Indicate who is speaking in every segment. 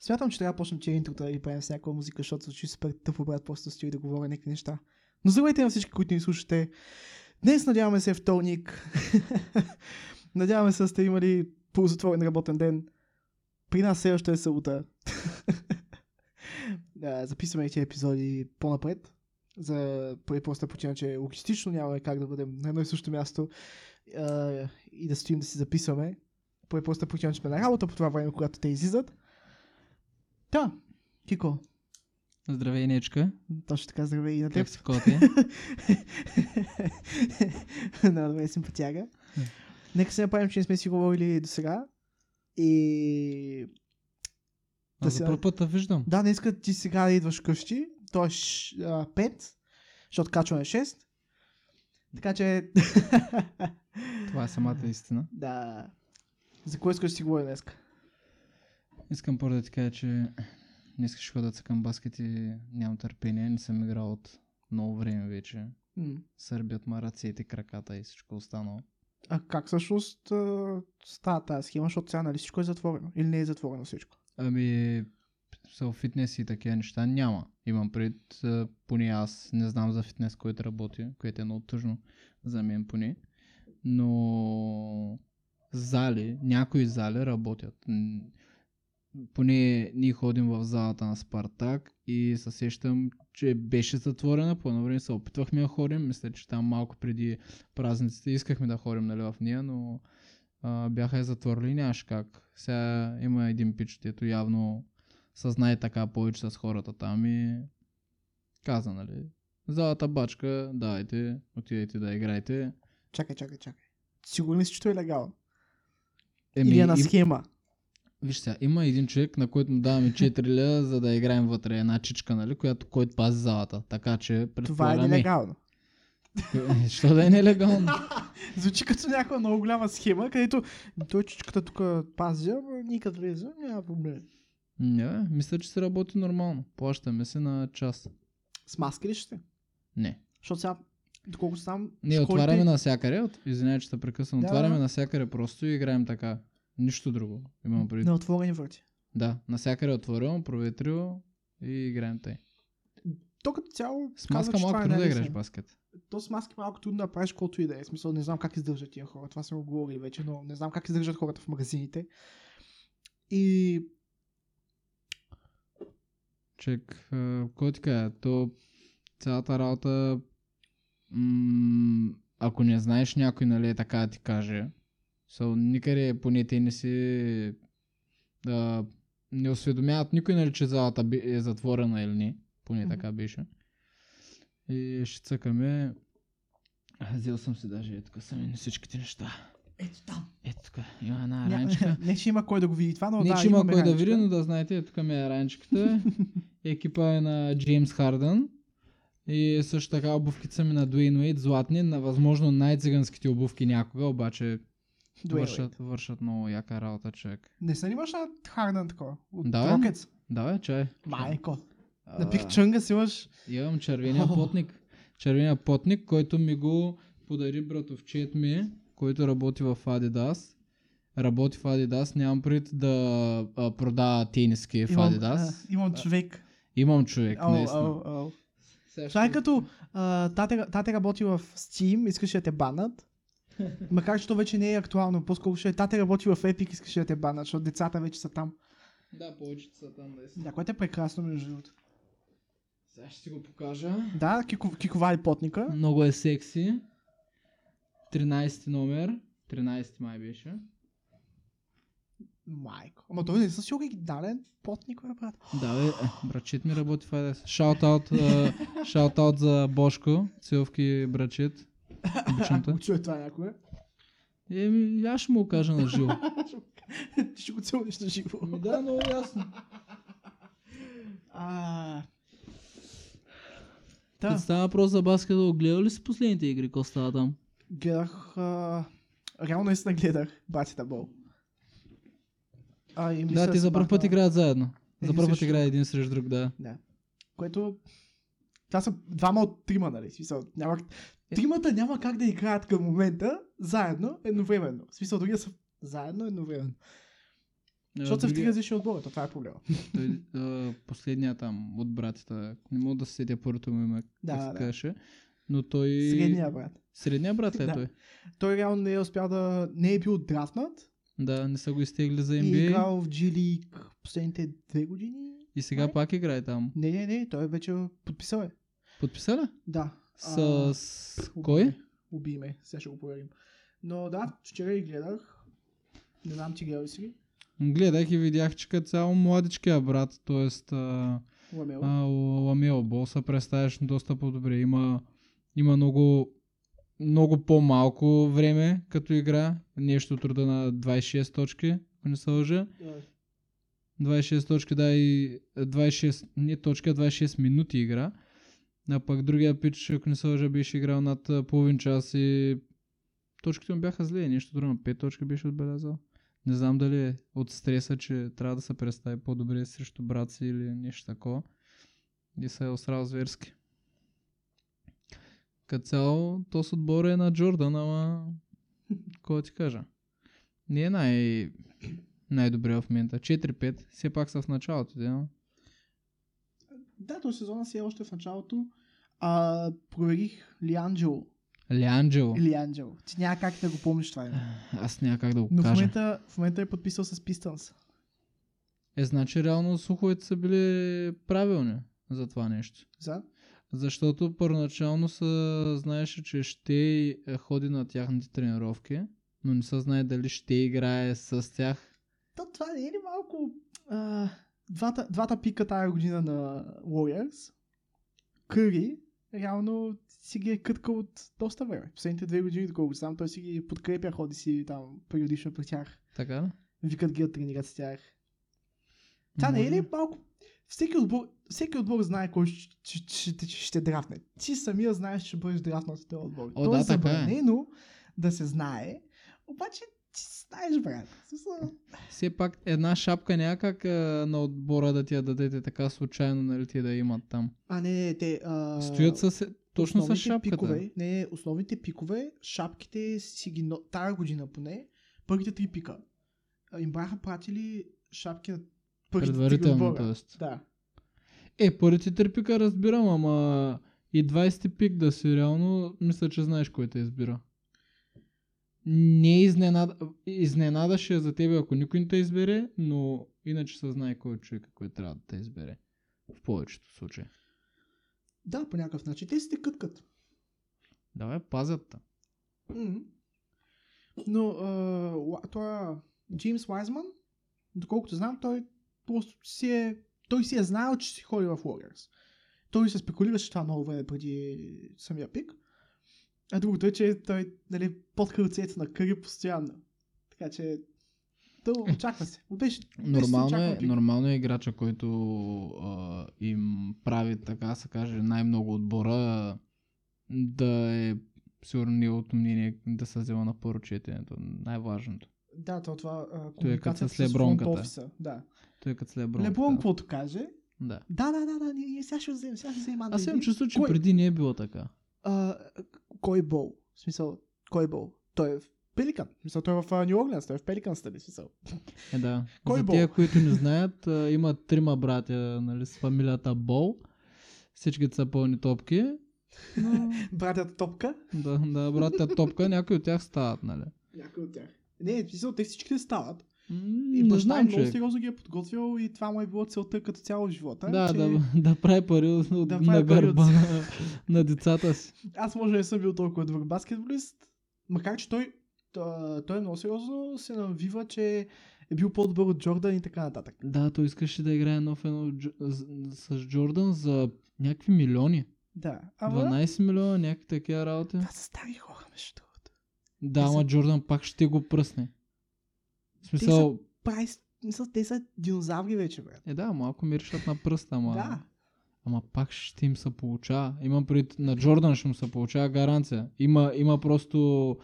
Speaker 1: Смятам, че трябва да почнем че интрото да ги правим с някаква музика, защото звучи супер тъпо, брат, просто стои да говоря някакви неща. Но здравейте на всички, които ни слушате. Днес надяваме се е вторник. надяваме се да сте имали ползотворен работен ден. При нас все още е събота. Да, Записваме и тези епизоди по-напред. За първи проста причина, че е логистично нямаме как да бъдем на едно и също място а, и да стоим да си записваме. Първи проста причина, че сме на работа по това време, когато те излизат. Да, Кико,
Speaker 2: Здравей, Нечка.
Speaker 1: точно така здравей и на теб.
Speaker 2: Как си коте?
Speaker 1: на добре симпатяга. Нека се направим, че не сме си говорили до сега. И
Speaker 2: Аз
Speaker 1: сега-
Speaker 2: за първ път те виждам.
Speaker 1: да, днес ти сега да идваш къщи, е т.е. 5, защото качваме 6. Така че,
Speaker 2: Това е самата истина.
Speaker 1: да, за кое искаш да си говоря днес?
Speaker 2: Искам първо да ти кажа, че днес ще ходя да цъкам баскет и нямам търпение. Не съм играл от много време вече. Сърбят ма ръцете, краката и всичко останало.
Speaker 1: А как всъщност а, става тази схема, защото сега нали всичко е затворено или не е затворено всичко?
Speaker 2: Ами, са фитнес и такива неща няма. Имам пред, поне аз не знам за фитнес, който работя, което е много тъжно за мен поне. Но зали, някои зали работят. М, Поне ние ходим в залата на Спартак и се сещам, че беше затворена. По едно време се опитвахме да ходим. Мисля, че там малко преди празниците искахме да ходим нали, в нея, но а, бяха я затворили, нямаш как. Сега има един пич, дето явно съзнае така повече с хората там и каза, нали, залата бачка, дайте, отидете да играйте.
Speaker 1: Чакай, чакай, чакай. Сигурен ли си, че то е легално?
Speaker 2: Еми,
Speaker 1: Или е на
Speaker 2: им-
Speaker 1: схема?
Speaker 2: Виж сега, има един човек, на който му даваме 4 ля, за да играем вътре една чичка, нали, която който пази залата. Така че,
Speaker 1: Това е
Speaker 2: предполагаме...
Speaker 1: нелегално.
Speaker 2: Що да е нелегално?
Speaker 1: Звучи като някаква много голяма схема, където той чичката тук пази, ама ние като влезем, няма проблем.
Speaker 2: Не, бе, мисля, че се работи нормално. Плащаме се на час.
Speaker 1: С маска ли ще? сте?
Speaker 2: Не.
Speaker 1: Защото сега, доколкото сам...
Speaker 2: Не, отваряме навсякъде. От... Извинявай, че те прекъсвам.
Speaker 1: Да,
Speaker 2: Отваряме
Speaker 1: да.
Speaker 2: навсякъде просто и играем така. Нищо друго. Имам предвид.
Speaker 1: На отворени врати.
Speaker 2: Да, навсякъде отворено, проветрило и играем тъй.
Speaker 1: То като цяло
Speaker 2: С
Speaker 1: казва,
Speaker 2: маска
Speaker 1: че
Speaker 2: малко
Speaker 1: това е
Speaker 2: трудно да
Speaker 1: най-лесно.
Speaker 2: играеш баскет.
Speaker 1: То с маски малко трудно да правиш колкото и да е. В Смисъл, не знам как издържат тия хора. Това сме го говорили вече, но не знам как издържат хората в магазините. И
Speaker 2: Чек, а, кой ти кажа, то цялата работа, м- ако не знаеш някой, нали, така да ти каже, so, никъде поне те не си, да, не осведомяват никой, нали, че залата би- е затворена или не, поне
Speaker 1: Мгм.
Speaker 2: така беше. И ще цъкаме, А, взел съм си даже е тук сами на всичките неща.
Speaker 1: ето там.
Speaker 2: Ето тук, има една
Speaker 1: Ня-
Speaker 2: ранчка.
Speaker 1: не, че има кой да го види това, но
Speaker 2: Не,
Speaker 1: да,
Speaker 2: че има
Speaker 1: имаме
Speaker 2: кой да
Speaker 1: раничка.
Speaker 2: види, но да знаете, е, тук ми е ранчката. Екипа е на Джеймс Хардън. И също така обувките са ми на Дуин Уейт, златни, на възможно най-циганските обувки някога, обаче
Speaker 1: Дуел
Speaker 2: вършат,
Speaker 1: е.
Speaker 2: вършат много яка работа, човек.
Speaker 1: Не се снимаш на Харден такова? От
Speaker 2: Да, бе.
Speaker 1: Рокетс?
Speaker 2: Давай, чай.
Speaker 1: Майко.
Speaker 2: А,
Speaker 1: На пик чънга си имаш...
Speaker 2: Имам червения
Speaker 1: О.
Speaker 2: потник. Червения потник, който ми го подари братовчет ми, който работи в Adidas. Работи в Adidas, нямам пред да а, продава тениски в
Speaker 1: имам,
Speaker 2: Adidas.
Speaker 1: а, имам човек.
Speaker 2: Имам човек,
Speaker 1: Ау,
Speaker 2: наистина.
Speaker 1: ау, ау.
Speaker 2: Сега
Speaker 1: Това е
Speaker 2: ще-
Speaker 1: като а, тате, тате работи в Steam, искаше да те банат. Макар че то вече не е актуално, по-скоро ще е тате работи в Epic, искаше да те банат, защото децата вече са там.
Speaker 2: Да, повечето са там, наистина.
Speaker 1: Да, което е прекрасно между другото.
Speaker 2: Сега ще ти го покажа.
Speaker 1: Да, кико, киковали потника.
Speaker 2: Много е секси. 13 номер. 13 май беше.
Speaker 1: Майко. Ама той не със оригинален потник, бе, брат.
Speaker 2: Да, бе, е, братчет ми работи в Adidas. Шаут-аут, а, шаут-аут за Бошко. Целовки братчет. Обичам те.
Speaker 1: Ако чуе това някога,
Speaker 2: Еми, аз ще му го кажа на живо.
Speaker 1: ти ще го целнеш на живо.
Speaker 2: Ми Ами да, много ясно.
Speaker 1: А,
Speaker 2: Да.
Speaker 1: да,
Speaker 2: Става въпрос за баскетбол. Гледал ли си последните игри, какво става там?
Speaker 1: гледах... А, реално наистина гледах Батита Бол. А, и мисля,
Speaker 2: да, те за първ път
Speaker 1: спадна-
Speaker 2: играят заедно.
Speaker 1: Един
Speaker 2: За първ път
Speaker 1: срещу
Speaker 2: играят един срещу друг, да.
Speaker 1: Да. Което... Това са двама от трима, нали? В Смисъл, няма...
Speaker 2: Е.
Speaker 1: Тримата няма как да играят към момента заедно, едновременно. В смисъл, другия са заедно, едновременно. Защото са в три
Speaker 2: другия-
Speaker 1: различни отбора, то това е проблема.
Speaker 2: той, а, последния там от братята, не мога да се сетя първото му име,
Speaker 1: Да,
Speaker 2: как се
Speaker 1: да.
Speaker 2: каже, но той...
Speaker 1: Средния брат.
Speaker 2: Средния брат ли е
Speaker 1: Да.
Speaker 2: той?
Speaker 1: Той реално не е успял да... не е бил драфнат
Speaker 2: Да, не са го изтегли за
Speaker 1: и
Speaker 2: NBA
Speaker 1: играл в G League последните две години.
Speaker 2: и сега
Speaker 1: май.
Speaker 2: пак играе там.
Speaker 1: Не, не, не, той вече подписал е.
Speaker 2: Подписа ли?
Speaker 1: Да.
Speaker 2: С, с... кой?
Speaker 1: Уби ме, сега ще го проверим. Но да, вчера ги гледах. Не знам, ти гледал ли си ги?
Speaker 2: Гледах и видях, че като цяло младичкия брат, т.е. а,
Speaker 1: Ламел.
Speaker 2: а, Ламел Бол се представяш доста по-добре. Има, има много, много по-малко време като игра. Нещо от рода на 26 точки, ако не се лъжа.
Speaker 1: Е,
Speaker 2: 26 точки, да и 26, не точка, 26 минути игра. А пък другия пич, ако не се лъжа, беше играл над а, половин час и точките му бяха зле. Нещо друго, 5 точки беше отбелязал. Не знам дали е от стреса, че трябва да се представи по-добре срещу брат си или нещо такова. И се е осрал зверски. Като цяло, то с отбора е на Джордан, ама... Кой да ти кажа? Не е най... най-добре в момента. 4-5, все пак са в началото, да?
Speaker 1: Да, този сезона си е още в началото. А, проверих Лианджело.
Speaker 2: Лианджело.
Speaker 1: Лианджело. Ти няма как да го помниш това име.
Speaker 2: Аз няма как да го
Speaker 1: Но в
Speaker 2: кажа.
Speaker 1: момента, в момента е подписал с Pistons.
Speaker 2: Е, значи реално слуховете са били правилни за това нещо.
Speaker 1: За?
Speaker 2: Защото първоначално се знаеше, че ще е, ходи на тяхните тренировки, но не се знае дали ще играе с тях.
Speaker 1: То, това не е ли малко... А, двата, двата пика тази година на Warriors, Къри, реално си ги е къткал от доста време. Последните две години, доколкото знам, той си ги подкрепя, ходи си там периодично при тях.
Speaker 2: Така ли?
Speaker 1: Викат ги да тренират с тях. Това не е ли малко... Всеки отбор, всеки отбор знае кой ще, ще, ще, ще драфне. Ти самия знаеш, че бъдеш драфнат от този отбор.
Speaker 2: О,
Speaker 1: То
Speaker 2: да,
Speaker 1: е
Speaker 2: така е.
Speaker 1: забранено да се знае, обаче ти знаеш, брат. В смисъл,
Speaker 2: Все пак една шапка някак а, на отбора да ти я дадете така случайно, нали ти да имат там.
Speaker 1: А, не, не, те... А...
Speaker 2: Стоят с... Точно с
Speaker 1: основните
Speaker 2: шапката.
Speaker 1: Пикове, не, основните пикове, шапките си ги... но- Тая година поне, първите три пика. а, Им бяха пратили шапки на първите три
Speaker 2: Предварително,
Speaker 1: отбора.
Speaker 2: т.е.
Speaker 1: Да.
Speaker 2: Е, първите три пика разбирам, ама и 20 пик да си реално, мисля, че знаеш кой те избира. Не е изненада, изненада ще е за тебе, ако никой не те избере, но иначе се знае кой е човек, кой трябва да те избере. В повечето случаи.
Speaker 1: Да, по някакъв начин. Те си те къткат.
Speaker 2: Давай, пазят там.
Speaker 1: Мгм. Но а, Ла- това Джеймс Уайзман, доколкото знам, той просто си е, той си е знаел, че си ходи в Warriors. Той се спекулираше това много време преди самия пик. А другото е, че той нали, е под крилцето на Къри постоянно. Така че то очаква се. Беше, беше
Speaker 2: Нормално
Speaker 1: очакван
Speaker 2: е,
Speaker 1: пик.
Speaker 2: нормално е играча, който а, им прави, така се каже, най-много отбора да е сигурно неговото мнение да се взема на първо четенето. Най-важното.
Speaker 1: Да, то това а,
Speaker 2: Той е като
Speaker 1: комуникацията
Speaker 2: с
Speaker 1: с
Speaker 2: Лебронката.
Speaker 1: фронт офиса, Да.
Speaker 2: Той е като след Брон.
Speaker 1: Леброн, каквото каже.
Speaker 2: Да.
Speaker 1: Да, да, да, да, ние ние сега ще вземем, сега ще вземем.
Speaker 2: Аз имам
Speaker 1: Андрея.
Speaker 2: чувство, че
Speaker 1: Кой-
Speaker 2: преди не е било така.
Speaker 1: а, кой бол? В смисъл, кой бол? Той е в Пеликан. В смисъл, той е в Нью Орлеанс, той е в Пеликан стали. в Смисъл.
Speaker 2: Е, да.
Speaker 1: Кой
Speaker 2: За
Speaker 1: Бол?
Speaker 2: тия, които не знаят, а, има трима братя нали, с фамилията Бол. Всички са пълни топки. Но,
Speaker 1: Братята Топка.
Speaker 2: да, да, братя топка, някои от тях стават, нали?
Speaker 1: Някой от тях. Не, в смисъл, те всичките стават.
Speaker 2: М,
Speaker 1: И
Speaker 2: не
Speaker 1: баща им
Speaker 2: знам,
Speaker 1: много
Speaker 2: че.
Speaker 1: сериозно ги е подготвил и това му е било целта като цяло в живота.
Speaker 2: Да,
Speaker 1: че
Speaker 2: да, да прави пари от, от
Speaker 1: Да
Speaker 2: на
Speaker 1: прави пари от-
Speaker 2: гърба на, на децата си.
Speaker 1: Аз може не съм бил толкова добър баскетболист, макар че той, та- той много сериозно се навива, че е бил по-добър от Джордан и така нататък.
Speaker 2: Да, той искаше да играе нов едно Дж- с- с Джордан за някакви милиони.
Speaker 1: Да. Ама,
Speaker 2: 12 милиона, някакви такива работи.
Speaker 1: това са стари хора, между другото.
Speaker 2: Да,
Speaker 1: Те
Speaker 2: ама
Speaker 1: са-
Speaker 2: Джордан пак ще го пръсне. В смисъл,
Speaker 1: Прави, с- мисъл, те са динозаври вече, брат.
Speaker 2: е да, малко миришат на пръста, ама,
Speaker 1: Да.
Speaker 2: ама пак ще им се получава. Имам пред на Джордан ще му се получава гаранция. Има, има просто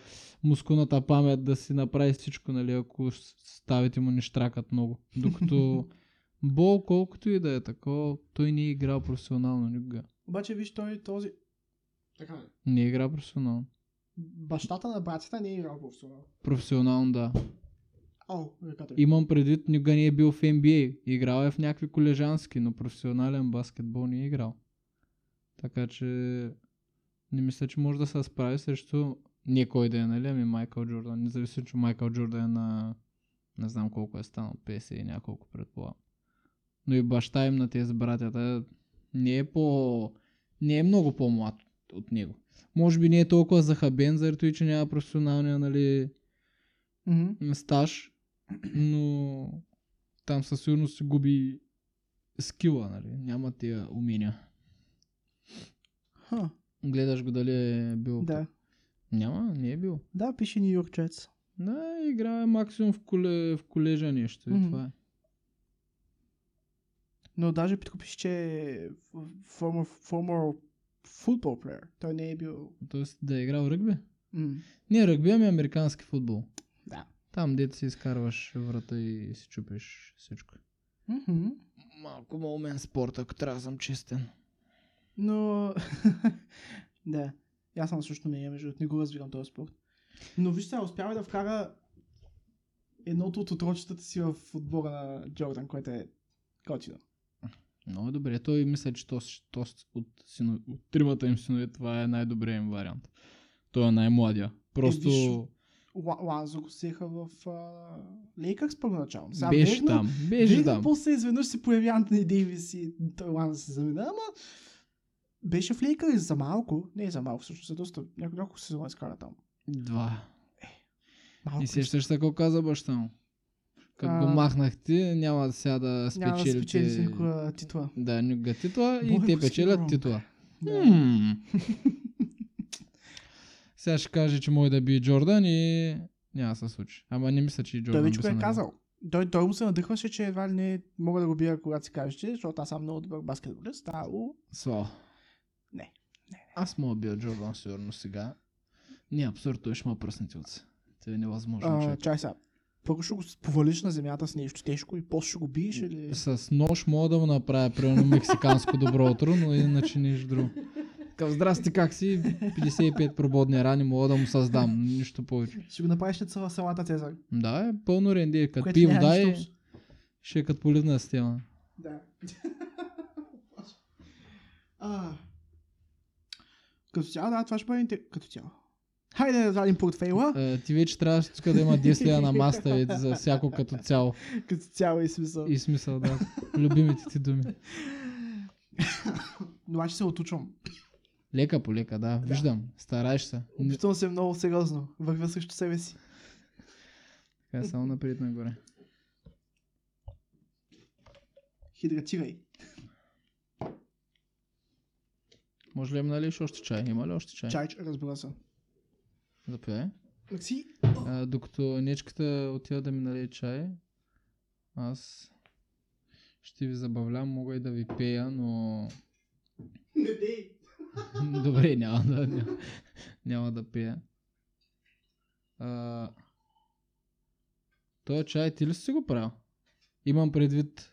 Speaker 2: мускулната памет да си направи всичко, нали, ако с- ставите му не штракат много. Докато Бол, колкото и да е такова, той не е играл професионално никога.
Speaker 1: Обаче виж той този... Така е.
Speaker 2: Не е играл професионално.
Speaker 1: Бащата на братята не е играл професионално.
Speaker 2: Професионално, да.
Speaker 1: О, ръката. ми.
Speaker 2: Имам предвид, никога не е бил в NBA. Играл е в някакви колежански, но професионален баскетбол не е играл. Така че не мисля, че може да се справи срещу никой да е, нали, ами Майкъл Джордан. Независимо, че Майкъл Джордан е на не знам колко е станал, 50 и няколко предполагам. Но и баща им на тези братята не е по... не е много по-млад от него. Може би не е толкова захабен, заради че няма професионалния, нали,
Speaker 1: Мгм.
Speaker 2: стаж, но там със сигурност се губи скила, нали? Няма тия умения.
Speaker 1: Ха,
Speaker 2: Гледаш го дали е бил.
Speaker 1: да.
Speaker 2: Няма, не е бил.
Speaker 1: Да, пише Нью Йорк Джетс.
Speaker 2: Да, играе максимум в, коле, в колежа нещо.
Speaker 1: Мгм.
Speaker 2: И това е.
Speaker 1: Но даже тук пише, че е former, former football player. Той не е бил...
Speaker 2: Тоест да е играл ръгби?
Speaker 1: М.
Speaker 2: Не ръгби, ами американски футбол.
Speaker 1: Да.
Speaker 2: Там, дето си изкарваш врата и си чупиш всичко.
Speaker 1: Мгм.
Speaker 2: Малко ма умен спорт, ако трябва да съм честен.
Speaker 1: Но... да. И Аз съм също не е, между другото, не го разбирам този спорт. Но вижте, сега, успява да вкара едното от отрочетата си в отбора на Джордан, което е готино.
Speaker 2: Много добре. Той мисля, че то, то от, сино, от тримата им синове това е най-добрият им вариант. Той е най-младия. Просто
Speaker 1: виж, Ла- Ланзо го сеха в а... Лейкърс първоначално. Сега
Speaker 2: беше
Speaker 1: бегна-
Speaker 2: там. Беше
Speaker 1: бегна,
Speaker 2: там.
Speaker 1: После изведнъж се появи Антони Дейвис и той Ланзо се замина, ама беше в Лейкърс за малко. Не за малко, всъщност, за доста. Няколко няко сезона изкара там.
Speaker 2: Два.
Speaker 1: Малко.
Speaker 2: И сещаш се какво каза баща му. Като
Speaker 1: А,
Speaker 2: го махнах ти, няма сега да
Speaker 1: Няма да спечели
Speaker 2: спечелите.
Speaker 1: никога титла.
Speaker 2: Да, никога титла и
Speaker 1: Бойко
Speaker 2: те печелят
Speaker 1: Сидоров.
Speaker 2: титла.
Speaker 1: Да.
Speaker 2: Мм. Сега ще каже, че може да би Джордан и няма да се случи. Ама не мисля, че и
Speaker 1: Той
Speaker 2: Джордан
Speaker 1: вече
Speaker 2: би
Speaker 1: го
Speaker 2: се
Speaker 1: е
Speaker 2: намерил.
Speaker 1: казал. Той, той му се надъхваше, че едва ли не мога да го бия, когато си кажете, защото аз съм много добър баскетболист. А, у,
Speaker 2: Слава.
Speaker 1: Не. Не,
Speaker 2: Аз мога да бия Джордан сигурно сега. Не, абсурд, той ще ма пръсне тилци. Това е невъзможно.
Speaker 1: а,
Speaker 2: човек.
Speaker 1: чай сега. Първо ще го с- повалиш на земята с нещо тежко и после ще го биеш или...
Speaker 2: С нож мога да му направя, примерно, мексиканско добро утро, но иначе нищо друго. Към здрасти, как си? 55 прободни рани мога да му създам. Нищо повече.
Speaker 1: Ще го направиш на цяла салата Цезар.
Speaker 2: Да, е пълно ренди. Като
Speaker 1: което
Speaker 2: пив,
Speaker 1: няма
Speaker 2: да
Speaker 1: нищо
Speaker 2: е,
Speaker 1: общо.
Speaker 2: ще е като поливна система.
Speaker 1: Да. а, като цяло, да, това ще бъде интерес. Като цяло. Хайде да извадим портфейла.
Speaker 2: Е, ти вече трябваше тук да има 10 лева на маста е, за всяко като цяло.
Speaker 1: като цяло и смисъл.
Speaker 2: Е. И смисъл, да. Любимите ти думи.
Speaker 1: Но аз ще се отучвам.
Speaker 2: Лека по лека, да. Виждам. Стараеш се. Не-
Speaker 1: Опитвам се много сериозно. Вървя срещу себе си.
Speaker 2: Така, само напред нагоре.
Speaker 1: Хидратирай.
Speaker 2: Може ли им налиш още чай? Има ли още чай?
Speaker 1: Чай, разбира се.
Speaker 2: Заповядай.
Speaker 1: Макси,
Speaker 2: А, докато нечката отива да ми налее чай, аз ще ви забавлявам, мога и да ви пея, но...
Speaker 1: не дей.
Speaker 2: Добре, няма да, няма, няма да пея. А, той чай ти ли си го правил? Имам предвид...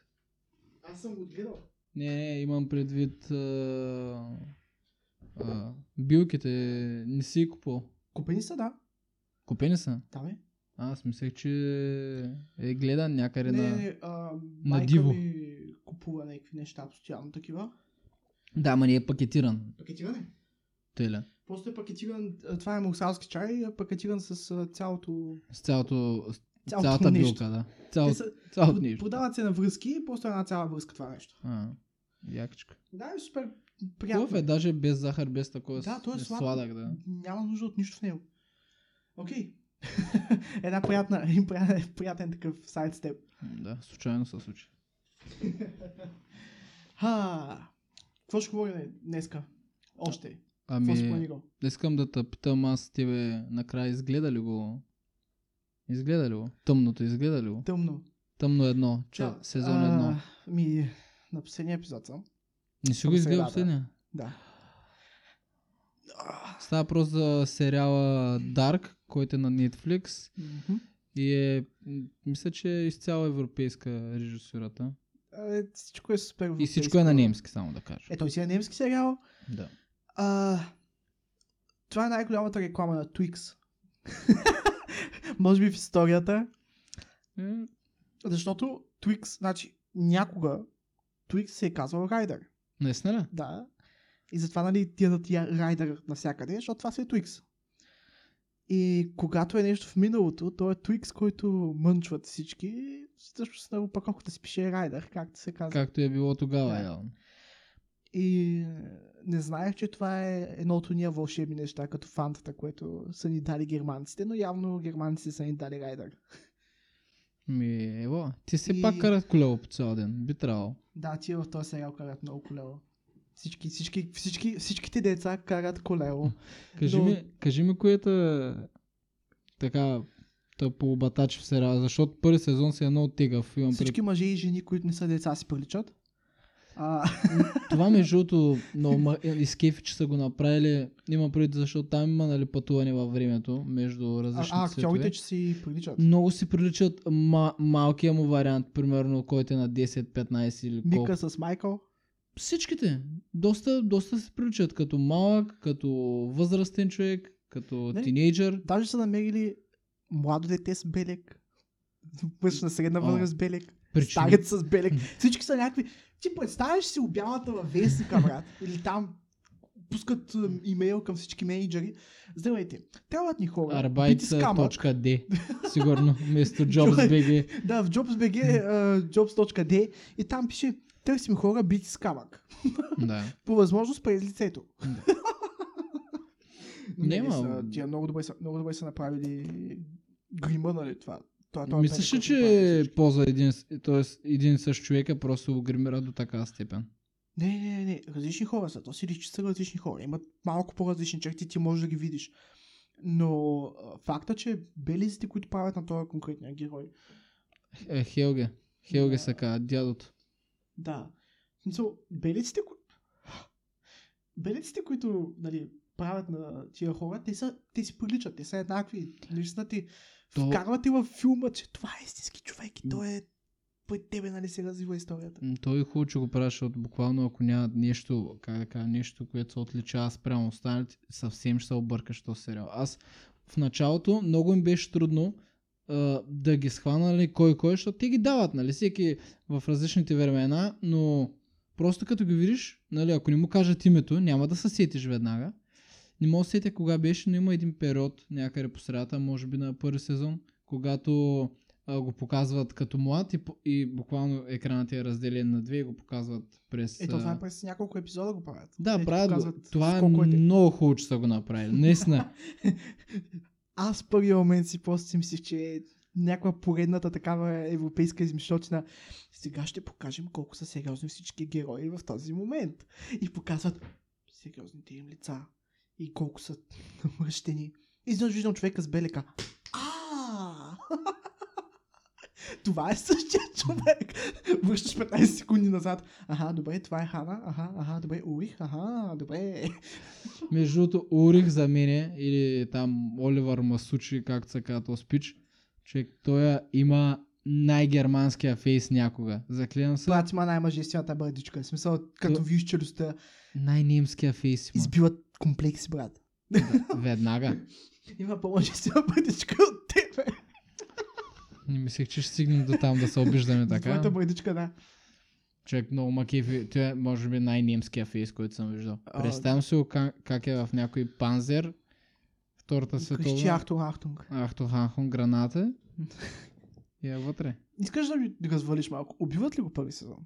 Speaker 1: Аз съм го гледал.
Speaker 2: Не, не, имам предвид... А, а, билките, не си купувал.
Speaker 1: Купени са, да.
Speaker 2: Купени са?
Speaker 1: Там е.
Speaker 2: Аз мислех, че е гледан някъде
Speaker 1: не,
Speaker 2: на...
Speaker 1: не, а, майка
Speaker 2: диво.
Speaker 1: ми купува някакви неща постоянно такива.
Speaker 2: Да, ма не е пакетиран.
Speaker 1: Пакетиране.
Speaker 2: Теля.
Speaker 1: Просто е пакетиран, а, това е мусалски чай, е пакетиран с а, цялото,
Speaker 2: С цялото, с
Speaker 1: цялото
Speaker 2: цялата
Speaker 1: нещо.
Speaker 2: билка, да.
Speaker 1: Те
Speaker 2: Цяло,
Speaker 1: са,
Speaker 2: цялото
Speaker 1: прод-
Speaker 2: нещо.
Speaker 1: продават се на връзки, просто една цяла връзка това нещо.
Speaker 2: А, якичка.
Speaker 1: Да, е супер
Speaker 2: Хубав
Speaker 1: приятно.
Speaker 2: е, даже без захар, без такова
Speaker 1: Да,
Speaker 2: с-
Speaker 1: той е
Speaker 2: с
Speaker 1: сладък.
Speaker 2: сладък, да.
Speaker 1: Няма нужда от нищо в него. Окей. една приятна, един приятен, приятен такъв сайт степ.
Speaker 2: М, Да, случайно се случи.
Speaker 1: Ха! Какво ще говорим днеска? Още. Какво си
Speaker 2: Ами,
Speaker 1: планирал?
Speaker 2: искам да те питам аз тебе, накрая изгледа ли го? Изгледа ли го? Тъмното изгледа ли го?
Speaker 1: Тъмно.
Speaker 2: Тъмно едно, ча,
Speaker 1: Да,
Speaker 2: сезон
Speaker 1: а,
Speaker 2: едно.
Speaker 1: Ми, на последния епизод съм.
Speaker 2: Не си го
Speaker 1: към
Speaker 2: изгледал
Speaker 1: средата.
Speaker 2: последния?
Speaker 1: Да.
Speaker 2: Става въпрос за сериала Dark, който е на Netflix.
Speaker 1: Мгм.
Speaker 2: И е, м, мисля, че е изцяло европейска режисурата.
Speaker 1: Е, Всичко е супер.
Speaker 2: И
Speaker 1: европейско.
Speaker 2: всичко е на немски, само да кажа.
Speaker 1: Е, той си е немски сериал.
Speaker 2: Да.
Speaker 1: А, това е най-голямата реклама на Twix. Може би в историята.
Speaker 2: Е,
Speaker 1: Защото Twix, значи някога Twix се е казвал Райдър.
Speaker 2: наистина ли?
Speaker 1: Да. И затова, нали, ти да тия райдър навсякъде, защото това си е Twix. И когато е нещо в миналото, то е Twix, който мънчват всички. Всъщност на опаковката си пише райдър, както се казва.
Speaker 2: Както е било тогава,
Speaker 1: Да.
Speaker 2: явно.
Speaker 1: И е, не знаех, че това е едно от уния вълшебни неща, като фантата, което са ни дали германците, но явно германците са ни дали райдър.
Speaker 2: Ми, ево, ти се
Speaker 1: И-
Speaker 2: пак карат колело по цял ден, би трябвало.
Speaker 1: Да, ти в този сериал карат много колело. Всички, всички, всички, всичките деца карат колело.
Speaker 2: Кажи,
Speaker 1: Но-
Speaker 2: ми, кажи ми, което е така тъпобатач в сериала, защото първи сезон си е много тигав. Имам пред...
Speaker 1: Всички мъже и жени, които не са деца, си приличат. А,
Speaker 2: Това между другото, много ма... е- изкефи, че са го направили. Имам пред, защото там има нали, пътуване във времето между
Speaker 1: а,
Speaker 2: различни
Speaker 1: а
Speaker 2: светове.
Speaker 1: актьорите, че си приличат.
Speaker 2: Много си приличат ма- малкия му вариант, примерно, който е на 10-15 или колко.
Speaker 1: Мика с Майкъл.
Speaker 2: Всичките. Доста, доста се приличат. Като малък, като възрастен човек, като
Speaker 1: Не.
Speaker 2: тинейджър.
Speaker 1: Даже са намерили младо дете с белек. Мъж на средна
Speaker 2: А.
Speaker 1: възраст с белек.
Speaker 2: Причини-
Speaker 1: Старец с белек. Всички са някакви. Ти представяш си обявата във вестника, брат. Или там пускат ем, имейл към всички менеджери. Здравейте, трябват ни хора. бити с камък.
Speaker 2: Arbeit.d. Сигурно, вместо Jobs.bg.
Speaker 1: Да, в jobs.bg, е, jobs.d и там пише търсим хора бити с камък.
Speaker 2: да.
Speaker 1: По възможност през лицето. Но не,
Speaker 2: Няма.
Speaker 1: Са, тия много добре, са, много добре са направили грима, нали това. това, това
Speaker 2: Мислиш ли,
Speaker 1: пенек, който правят
Speaker 2: че е
Speaker 1: всички.
Speaker 2: полза един, тоест, един и същ човек е просто го гримира до така степен?
Speaker 1: Не, не, не, не, различни хора са. То си личи, че са различни хора. Имат малко по-различни черти, ти можеш да ги видиш. Но а, факта, че белизите, които правят на този конкретния герой,
Speaker 2: Е, Хелге. Хелге
Speaker 1: Да.
Speaker 2: са казва, дядото.
Speaker 1: Да. В смисъл, белеците, кои... белеците, които нали, правят на тия хора, те, са, те си приличат, те са еднакви. нали, Наистина ти
Speaker 2: То-
Speaker 1: То... вкарват и във филма, че това е истински човек и той е пред тебе, нали, се развива историята.
Speaker 2: М, Той е хубаво, че го правиш, защото буквално ако няма нещо, как да кажа, нещо, което се отличава спрямо останалите, съвсем ще се объркаш този сериал. Аз в началото много им беше трудно а, да ги схвана, нали, кой кой, защото те ги дават, нали, всеки в различните времена, но просто като ги видиш, нали, ако не му кажат името, няма да се сетиш веднага. Не мога да се сетя кога беше, но има един период някъде по средата, може би на първи сезон, когато а, го показват като млад и, по- и буквално екранът е разделен на две и го показват през...
Speaker 1: Ето това
Speaker 2: а,
Speaker 1: е през няколко епизода го правят.
Speaker 2: да,
Speaker 1: Ето,
Speaker 2: правят го.
Speaker 1: показват
Speaker 2: Това е
Speaker 1: скоковете.
Speaker 2: много хубаво, че са го направили. Наистина.
Speaker 1: Аз в първия момент си просто си мислих, че е някаква поредната такава европейска измишлотина. Сега ще покажем колко са сериозни всички герои в този момент. И показват сериозните им лица и колко са намръщени. Изведнъж виждам човека с белека. А! Това е същия човек. Връщаш 15 секунди назад. Аха, добре, това е Хана. Аха, аха, добре, Урих. Аха, добре.
Speaker 2: Между другото, Урих за мене или там Оливър Масучи, както се казва този спич, че той е, има най-германския фейс някога. Заклевам се,
Speaker 1: Брат има най-мъжествената бърдичка. В смисъл, като
Speaker 2: Да.
Speaker 1: виж челюстта,
Speaker 2: най-немския фейс има.
Speaker 1: избиват комплекси, брат.
Speaker 2: Веднага.
Speaker 1: Има по-мъжествена бъдичка от тебе.
Speaker 2: Е, Не мислех, че ще стигнем до там да се обиждаме така. е.
Speaker 1: Твоята бъдичка, да.
Speaker 2: Човек много макефи. Той е, може би, най-немския фейс, който съм виждал.
Speaker 1: А,
Speaker 2: Представям си го как, как е в някой панзер, Втората
Speaker 1: Крещи
Speaker 2: световна,
Speaker 1: Ахтунг Ахтунг.
Speaker 2: Ахтоханхон, граната и е вътре.
Speaker 1: Искаш да ми развалиш малко? Убиват ли го първи сезон?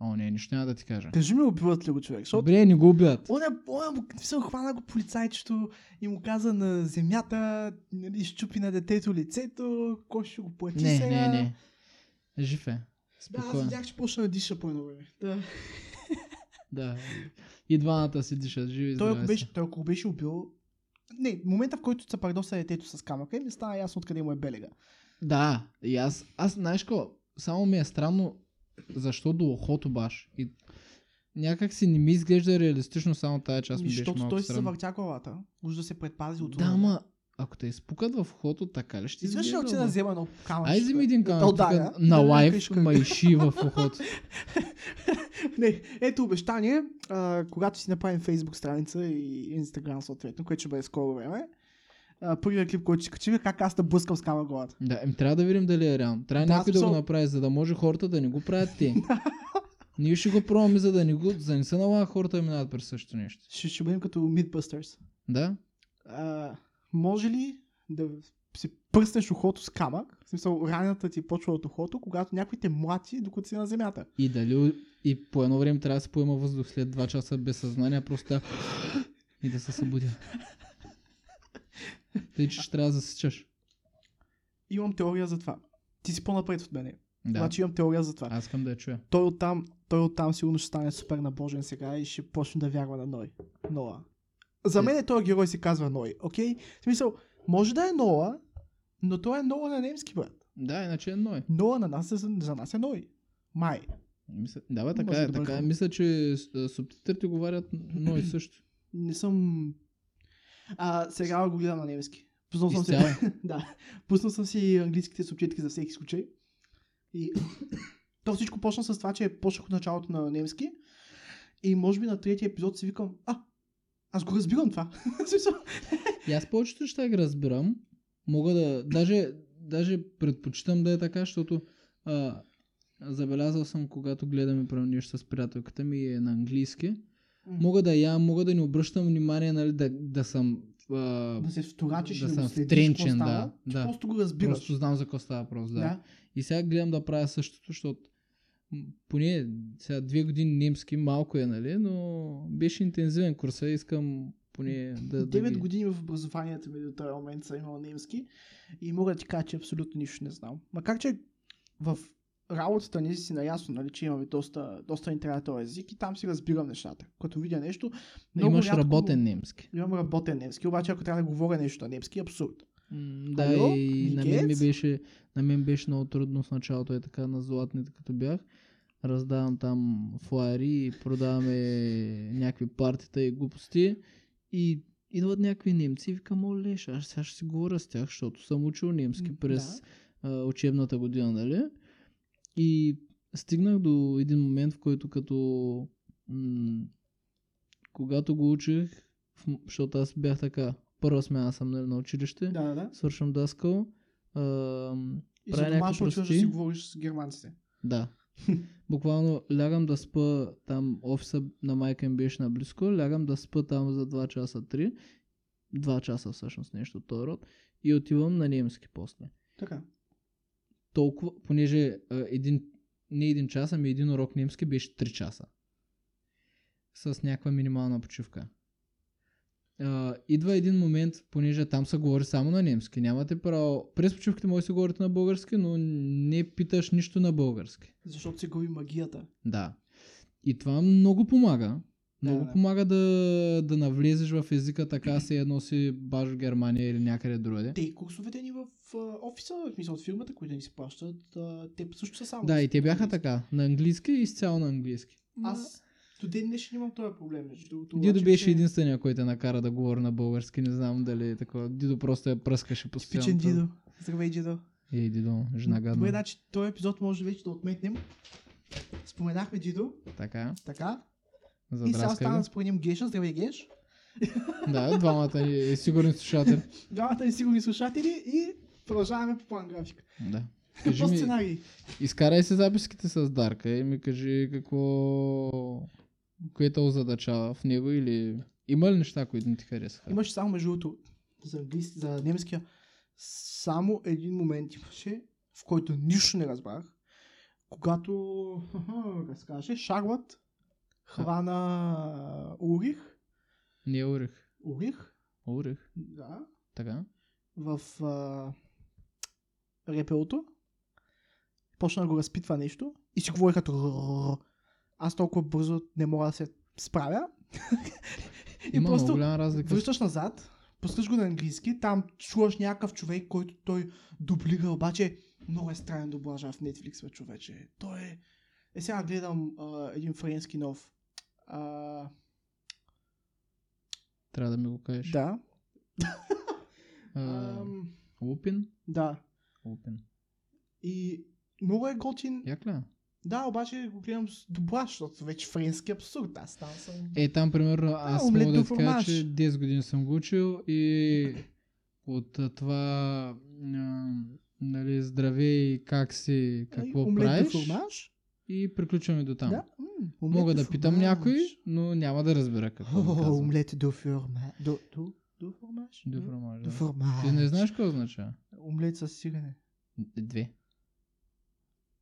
Speaker 2: О, не, нищо няма да ти кажа.
Speaker 1: Кажи ми, убиват ли го човек? Защото
Speaker 2: Добре, не го убият.
Speaker 1: Оня, оня, му- в смисъл, хвана го полицайчето и му каза на земята, нали, изчупи на детето лицето, кой ще го плати
Speaker 2: Не,
Speaker 1: сега?
Speaker 2: не, не. Жив е.
Speaker 1: Да, аз
Speaker 2: Спокойно.
Speaker 1: видях, че почна да диша по едно време. Да.
Speaker 2: Да. И двамата си дишат, живи и
Speaker 1: Той ако,
Speaker 2: здрави са.
Speaker 1: беше, той ако беше убил... Не, момента в който се пардоса детето с камъка, ми стана ясно откъде му е белега.
Speaker 2: Да, и аз, аз знаеш какво, само ми е странно защо до охото баш. И някак си не ми изглежда реалистично само тази част ми беше
Speaker 1: Ами, Защото
Speaker 2: малко
Speaker 1: той се
Speaker 2: странно.
Speaker 1: завъртя главата, уж да се предпази от
Speaker 2: Да,
Speaker 1: удар.
Speaker 2: ма, ако те изпукат в охото, така ли ще
Speaker 1: Изведнъж ще
Speaker 2: изглежда,
Speaker 1: отида да
Speaker 2: бе?
Speaker 1: взема едно камъче.
Speaker 2: Ай, вземи един
Speaker 1: да
Speaker 2: камък тук
Speaker 1: ударя,
Speaker 2: на
Speaker 1: да ми
Speaker 2: лайв,
Speaker 1: кажеш как-
Speaker 2: майши в ухото.
Speaker 1: Не, ето обещание, а, когато си направим фейсбук страница и Instagram съответно, което ще бъде скоро време, а, първия клип, който ще качим, е как аз да блъскам с камък главата.
Speaker 2: Да, ем, трябва да видим дали е реално. Трябва
Speaker 1: Да,
Speaker 2: някой да го
Speaker 1: смисъл-
Speaker 2: направи, за да може хората да не го правят те. Ние ще го пробваме, за да не, го, за да не се налага хората да минават през същото нещо.
Speaker 1: Ще, ще бъдем като Midbusters.
Speaker 2: Да?
Speaker 1: А, може ли да си пръснеш ухото с камък, в смисъл раната ти е почва от ухото, когато някой те млати, докато си на земята?
Speaker 2: И дали и по едно време трябва да се поема въздух след 2 часа без съзнание, просто да... и да се събудя. Тъй, че ще трябва да засичаш.
Speaker 1: Имам теория за това. Ти си по-напред от мене.
Speaker 2: Да,
Speaker 1: Значи имам теория за това.
Speaker 2: аз искам да я чуя.
Speaker 1: Той оттам, той оттам сигурно ще стане супер набожен сега и ще почне да вярва на Ной. Ноа. За
Speaker 2: Е.
Speaker 1: мен е този герой се казва Ной, окей? В смисъл, може да е Ноа, но той е Ноа на немски, брат.
Speaker 2: Да, иначе е ной.
Speaker 1: Ноа на нас, е- за нас е Ной. Май.
Speaker 2: Мисля... Да, бе, така
Speaker 1: Може
Speaker 2: е,
Speaker 1: да
Speaker 2: така е.
Speaker 1: бъде.
Speaker 2: Мисля, че с- субтитрите говорят ной също.
Speaker 1: Не съм... А, сега го гледам на немски. Пуснал съм си...
Speaker 2: Изцяло.
Speaker 1: да. Пуснал съм си английските субтитри за всеки случай. И то всичко почна с това, че почнах от началото на немски. И може би на третия епизод си викам, а, аз го разбирам това. В смисъл,
Speaker 2: И аз повечето неща ги разбирам. Мога да... Даже, даже предпочитам да е така, защото а, забелязал съм, когато гледаме правилно нещо с приятелката ми и е на английски. Мога да ям, мога да не обръщам внимание, нали, да, да съм... А,
Speaker 1: да се вторачиш
Speaker 2: да
Speaker 1: и да
Speaker 2: съм
Speaker 1: го следиш, какво
Speaker 2: втренчен, да,
Speaker 1: става, ти
Speaker 2: да.
Speaker 1: просто го разбираш.
Speaker 2: просто знам за какво става въпрос, да. да.
Speaker 1: да.
Speaker 2: И сега гледам да правя същото, защото м, поне сега две години немски малко е, нали, но беше интензивен курс, а искам поне да... да
Speaker 1: 9
Speaker 2: ги-
Speaker 1: години в образованието ми до този момент съм имал немски и мога да ти кажа, че абсолютно нищо не знам. Макар, че в работата ни си наясно, нали, че имаме доста, доста ни трябва този език и там си разбирам нещата. Като видя нещо, много
Speaker 2: Имаш
Speaker 1: рядко-
Speaker 2: работен немски.
Speaker 1: Имам работен немски, обаче ако трябва да говоря нещо на немски, е абсурд.
Speaker 2: М, Да,
Speaker 1: Алло,
Speaker 2: и на мен, ми
Speaker 1: Никец?
Speaker 2: беше, на мен беше много трудно в началото, е така на златните като бях. Раздавам там флаери и продаваме някакви партита и глупости. И идват някакви немци и викам, о, леш, аз сега ще си говоря с тях, защото съм учил немски
Speaker 1: М,
Speaker 2: през а, учебната година, нали? И стигнах до един момент, в който като... М- когато го учих, в м- защото аз бях така, първа смяна съм нали, на училище,
Speaker 1: Да, да, да.
Speaker 2: свършвам даскал. А,
Speaker 1: И
Speaker 2: Правя
Speaker 1: за
Speaker 2: някакви
Speaker 1: домашно отиваш да
Speaker 2: прости.
Speaker 1: си говориш с германците.
Speaker 2: да. Буквално лягам да спа там, офиса на майка ми беше наблизко, лягам да спа там за 2 часа 3, 2 часа всъщност нещо от този род, и отивам на немски после.
Speaker 1: Така.
Speaker 2: Толкова, понеже а, един, не един час, ами един урок немски беше 3 часа. С някаква минимална почивка. А, идва един момент, понеже там се говори само на немски. Нямате право. През почивките може да се говорите на български, но не питаш нищо на български.
Speaker 1: Защото се губи магията.
Speaker 2: Да. И това много помага. Много
Speaker 1: Да,
Speaker 2: да,
Speaker 1: да.
Speaker 2: помага да, да навлезеш в езика така, се едно си баш в Германия или някъде другаде.
Speaker 1: Те и курсовете ни в а, офиса, в смисъл от фирмата, които ни се плащат, а, те също са само.
Speaker 2: Да, и те бяха
Speaker 1: английски.
Speaker 2: така. На английски и изцяло на английски.
Speaker 1: Аз до ден днешен имам този проблем, между другото.
Speaker 2: Дидо
Speaker 1: обаче,
Speaker 2: беше
Speaker 1: че-
Speaker 2: единствения, който те накара да говори на български. Не знам дали е такова. Дидо просто я пръскаше постоянно.
Speaker 1: Типичен Дидо. Здравей, Дидо.
Speaker 2: Ей, Дидо, жена
Speaker 1: Добре,
Speaker 2: гадна.
Speaker 1: значи този епизод може вече да отметнем. Споменахме Дидо,
Speaker 2: Така,
Speaker 1: така. и сега
Speaker 2: задраска
Speaker 1: стана да
Speaker 2: го.
Speaker 1: споменим Геша. Здравей, Геш.
Speaker 2: Да, двамата е е сигурен слушател.
Speaker 1: Двамата ни сигурни слушатели и продължаваме по план график.
Speaker 2: Да. Кажи
Speaker 1: Какво
Speaker 2: ми,
Speaker 1: сценарий?
Speaker 2: Изкарай се записките с Дарка и ми кажи какво... Кое те озадачава в него или... Има ли неща, които не ти харесаха?
Speaker 1: Имаше само между другото, за, английски, за немския, само един момент имаше, в който нищо не разбрах, когато, как се каже, Шарлот хвана Урих,
Speaker 2: Не урих.
Speaker 1: Урих,
Speaker 2: Урих.
Speaker 1: да,
Speaker 2: Така.
Speaker 1: в а, репелото, почна да го разпитва нещо и си говори като «Рррррр». аз толкова бързо не мога да се справя. и
Speaker 2: Има много
Speaker 1: просто
Speaker 2: голяма разлика.
Speaker 1: връщаш назад, пускаш го на английски, там чуваш някакъв човек, който той дублира, обаче много е странен дублажа в Netflix, бе, човече. Той е... Е, сега гледам а, един френски нов. А,
Speaker 2: Трябва да ми го кажеш.
Speaker 1: да.
Speaker 2: А,
Speaker 1: Ам,
Speaker 2: Лупин?
Speaker 1: да.
Speaker 2: Лупин.
Speaker 1: И много е готин.
Speaker 2: Як ли? е?
Speaker 1: Да, обаче го гледам с дублаж, защото вече френски е абсурд. Аз там съм...
Speaker 2: Е, там примерно аз
Speaker 1: омлет
Speaker 2: мога да
Speaker 1: до
Speaker 2: ти кажа,
Speaker 1: фурмаж.
Speaker 2: че 10 години съм го учил и от а, това а, нали, здраве и как си, какво
Speaker 1: Омлет де
Speaker 2: правиш.
Speaker 1: фурмаж?
Speaker 2: И приключваме до там.
Speaker 1: Да. м, омлет
Speaker 2: Мога
Speaker 1: де
Speaker 2: да питам
Speaker 1: фурмаж.
Speaker 2: някой, но няма да разбера какво да
Speaker 1: О,
Speaker 2: казвам.
Speaker 1: омлет до фурмаж. До, до, до фурмаж?
Speaker 2: До
Speaker 1: До-
Speaker 2: фурмаж,
Speaker 1: До
Speaker 2: да.
Speaker 1: фурмаж.
Speaker 2: Ти не знаеш какво означава?
Speaker 1: Омлет с сирене.
Speaker 2: Две.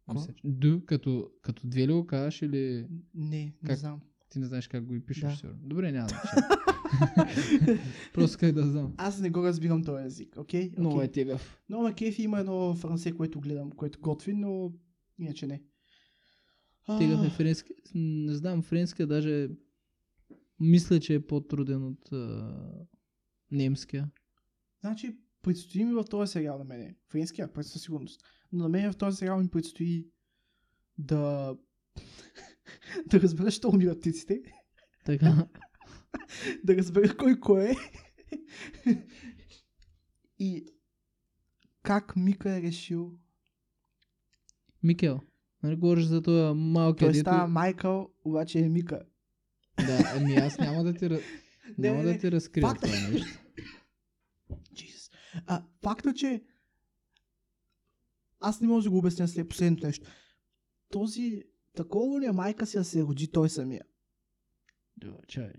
Speaker 1: Ко?
Speaker 2: Мисля, че- Ду, като, като две ли го кажеш или
Speaker 1: Н- Не, не
Speaker 2: Как?
Speaker 1: знам.
Speaker 2: ти не знаеш как го и пишеш
Speaker 1: Да.
Speaker 2: сигурно? Добре, няма значение. Просто как да знам.
Speaker 1: Аз не го разбирам този език, окей? Okay?
Speaker 2: Много е тегав.
Speaker 1: Но на кефи има едно франсе, което гледам, което готви, но иначе не. А,
Speaker 2: Тегав е френски. Не знам, френския даже мисля, че е по-труден от а, немския.
Speaker 1: Значи, предстои ми в този сериал на мене. Френския, пред със сигурност. Но на мен в този сериал ми предстои да... да разбера, що умират птиците.
Speaker 2: Така.
Speaker 1: да разбера кой кой е. И как Мика е решил.
Speaker 2: Микел, нали говориш за този малкия
Speaker 1: Той
Speaker 2: дето...
Speaker 1: става Майкъл, обаче е Мика.
Speaker 2: Да, ами аз няма да ти, ра-
Speaker 1: Не,
Speaker 2: няма
Speaker 1: не,
Speaker 2: да
Speaker 1: не. е.
Speaker 2: ти разкрия
Speaker 1: Пак-
Speaker 2: това нещо.
Speaker 1: Jesus. А, факта, че аз не мога да го обясня след последното нещо. Този такова ли е майка си да се роди той самия?
Speaker 2: Добре, чай.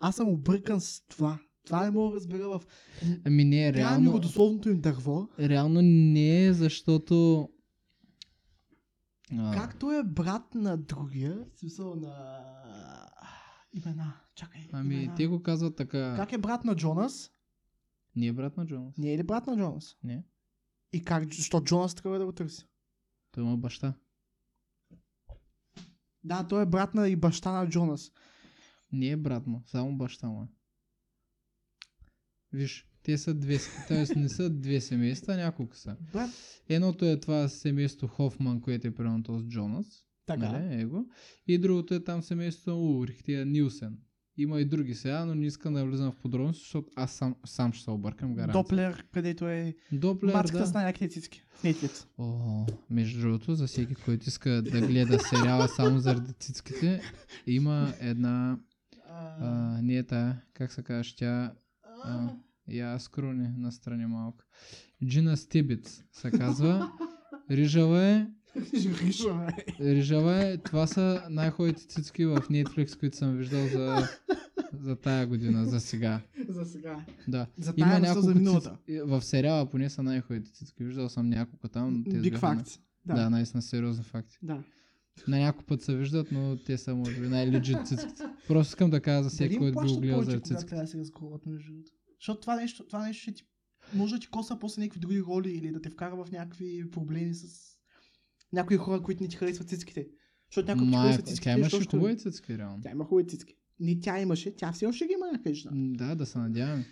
Speaker 1: Аз съм объркан с това. Това не мога да разбера в...
Speaker 2: Ами не,
Speaker 1: Трябва ми
Speaker 2: реално...
Speaker 1: го дословното им дърво.
Speaker 2: Реално не е, защото... А,
Speaker 1: Как той е брат на другия, в смисъл на... Имена, чакай.
Speaker 2: Ами
Speaker 1: имена.
Speaker 2: те го казват така.
Speaker 1: Как е брат на Джонас?
Speaker 2: Не е брат на Джонас.
Speaker 1: Не е ли брат на Джонас?
Speaker 2: Не.
Speaker 1: И как, защо Джонас трябва да го търси?
Speaker 2: Той има баща.
Speaker 1: Да, той е брат на и баща на Джонас.
Speaker 2: Не е брат му, само баща му е. Виж, те са две, с- т.е. не са две семейства, а няколко са.
Speaker 1: Брат,
Speaker 2: Едното е това семейство Хофман, което е примерно то с Джонас.
Speaker 1: така.
Speaker 2: Нали, его. И другото е там семейството на Улрих, тия Нилсен. Има и други сега, но не искам да влизам в подробности, защото аз сам, сам ще се объркам гаранция.
Speaker 1: Доплер, където е
Speaker 2: Доплер,
Speaker 1: мацката
Speaker 2: да.
Speaker 1: с най-яките цицки. В Netflix.
Speaker 2: О, между другото, за всеки, който иска да гледа сериала само заради цицките, има една...
Speaker 1: А,
Speaker 2: А, не е тая, как се казваш, тя... А,
Speaker 1: а,
Speaker 2: я скруни настрани малко. Джина Стибиц се казва. Рижава е.
Speaker 1: Жриша, бе.
Speaker 2: Рижава е. Това са най-хубавите цицки в Netflix, които съм виждал за, за тая година, за сега.
Speaker 1: За сега.
Speaker 2: Да.
Speaker 1: За тая не са за минута.
Speaker 2: цицки- В сериала поне са най-хубавите цицки. Виждал съм няколко там. но те
Speaker 1: Биг
Speaker 2: бяха на-
Speaker 1: факт.
Speaker 2: Да.
Speaker 1: Да.
Speaker 2: да, наистина сериозни факти.
Speaker 1: Да.
Speaker 2: На някой път се виждат, но те са може би най-легит цицките. Просто искам да кажа за
Speaker 1: Дали
Speaker 2: всеки,
Speaker 1: им
Speaker 2: който би го
Speaker 1: плащат
Speaker 2: гледал
Speaker 1: повече,
Speaker 2: за
Speaker 1: когато
Speaker 2: цицките.
Speaker 1: трябва да се разговорят между другото? Защото това нещо, това нещо ще ти... Може да ти коса после някакви други роли или да те вкара в някакви проблеми с някои хора, които не ти харесват цицките. Защото някой ти харесва
Speaker 2: Майко,
Speaker 1: цицките.
Speaker 2: е, тя
Speaker 1: защото
Speaker 2: имаше
Speaker 1: ще-
Speaker 2: хубави цицки, реално.
Speaker 1: Тя има хубави цицки. Не тя имаше, тя все още ги има, някъде ще знам.
Speaker 2: М, Да, да се надявам.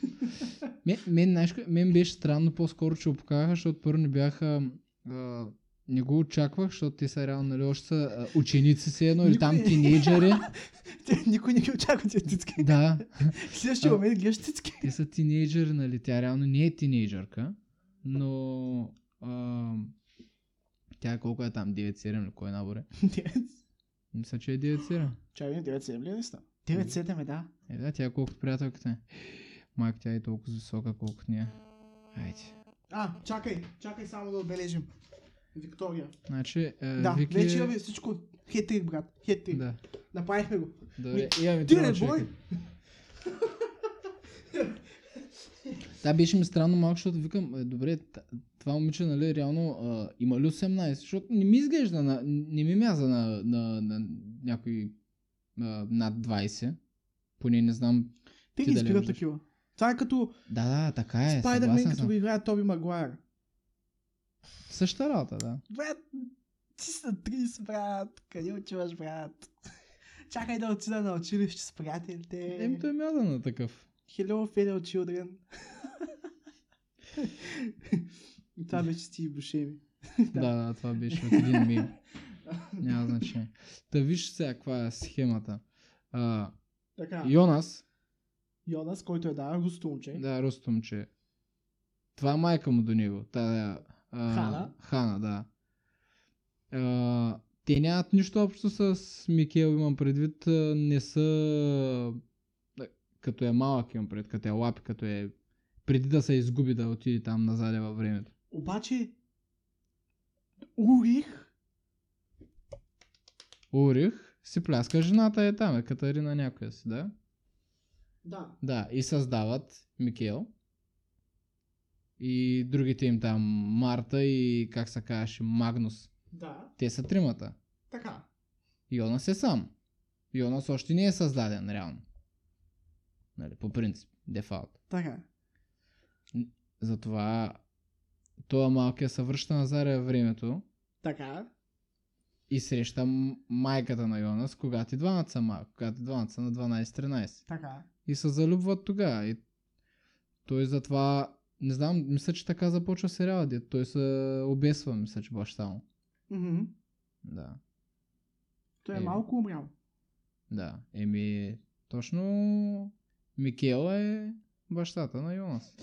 Speaker 2: мен, мен, знаеш кое- мен беше странно по-скоро, че го покараха, защото първо не бяха... А, не го очаквах, защото те са реално, нали, още са а, ученици си едно или
Speaker 1: Никой
Speaker 2: там
Speaker 1: не-
Speaker 2: тинейджери.
Speaker 1: Те- Никой не ги очаква тия цицки.
Speaker 2: да,
Speaker 1: В следващия
Speaker 2: А.
Speaker 1: момент гледаш цицки.
Speaker 2: те са тинейджери, нали, тя реално не е тинейджърка, но... А, тя колко е там, 9-7 или кой набор е? Мисля, че е 9-7.
Speaker 1: Чай, видим, 9-7 ли е наистина? 9-7 е, да.
Speaker 2: Е, да, тя колкото приятелката е. Майка, тя е толкова висока, колкото ние. Айде.
Speaker 1: А, чакай, чакай само да отбележим. Виктория.
Speaker 2: Значи, е,
Speaker 1: Да,
Speaker 2: Вики...
Speaker 1: вече имаме всичко. Хетрик, брат. Хетрик.
Speaker 2: Да.
Speaker 1: Направихме го.
Speaker 2: Добре, е, имаме
Speaker 1: Ти
Speaker 2: трима
Speaker 1: не
Speaker 2: човека.
Speaker 1: бой!
Speaker 2: Да, беше ми странно малко, защото викам, е, добре, т- това момиче, нали, реално а, има ли 18? Защото не ми изглежда, на, не ми мяза на, на, на някой а, над 20. Поне не знам.
Speaker 1: Те
Speaker 2: Ти
Speaker 1: ги
Speaker 2: дали
Speaker 1: избират
Speaker 2: виждаш?
Speaker 1: такива. Това е като
Speaker 2: Да, да, така е.
Speaker 1: Спайдермен,
Speaker 2: Съгласен
Speaker 1: като
Speaker 2: съм.
Speaker 1: го играе Тоби Магуайр.
Speaker 2: Същата работа, да.
Speaker 1: Брат, ти са 30, брат. Къде отиваш, брат? Чакай да отида на училище с приятелите.
Speaker 2: Еми, той е мяза на такъв.
Speaker 1: Hello, fellow children. И Това беше Стиви Бушеми. Да.
Speaker 2: Да, да, това беше от един мим. Няма значение. Та виж сега каква е схемата. А,
Speaker 1: Така.
Speaker 2: Йонас,
Speaker 1: Йонас, който е да, русто момче.
Speaker 2: да, русто момче. Това е майка му до него. Та, а,
Speaker 1: Хана?
Speaker 2: Хана, да. А, те нямат нищо общо с Микел, имам предвид, а, не са а, като е малък, имам предвид, като е лапи, като е преди да се изгуби да отиде там назаде във времето.
Speaker 1: Обаче, урих,
Speaker 2: Урих си пляска жената е там, е Катарина някоя си, да?
Speaker 1: да,
Speaker 2: Да, и създават Микел. И другите им там, Марта и как се казваше, Магнус.
Speaker 1: да,
Speaker 2: Те са тримата.
Speaker 1: така.
Speaker 2: Йонас е сам. Йонас още не е създаден, реално. Нали, по принцип, дефалт.
Speaker 1: Така.
Speaker 2: Затова това малкия се връща назад във времето
Speaker 1: Така.
Speaker 2: и среща м- майката на Йонас, когато и двамата са малки, когато и двамата са на 12-13.
Speaker 1: Така.
Speaker 2: И се залюбват тогава. И той затова, не знам, мисля, че така започва сериала, дето той се обесва, мисля, че баща му.
Speaker 1: Мгм.
Speaker 2: Да.
Speaker 1: Той е
Speaker 2: Е.
Speaker 1: малко умрял.
Speaker 2: Да, еми, точно Микела е бащата на Йонас.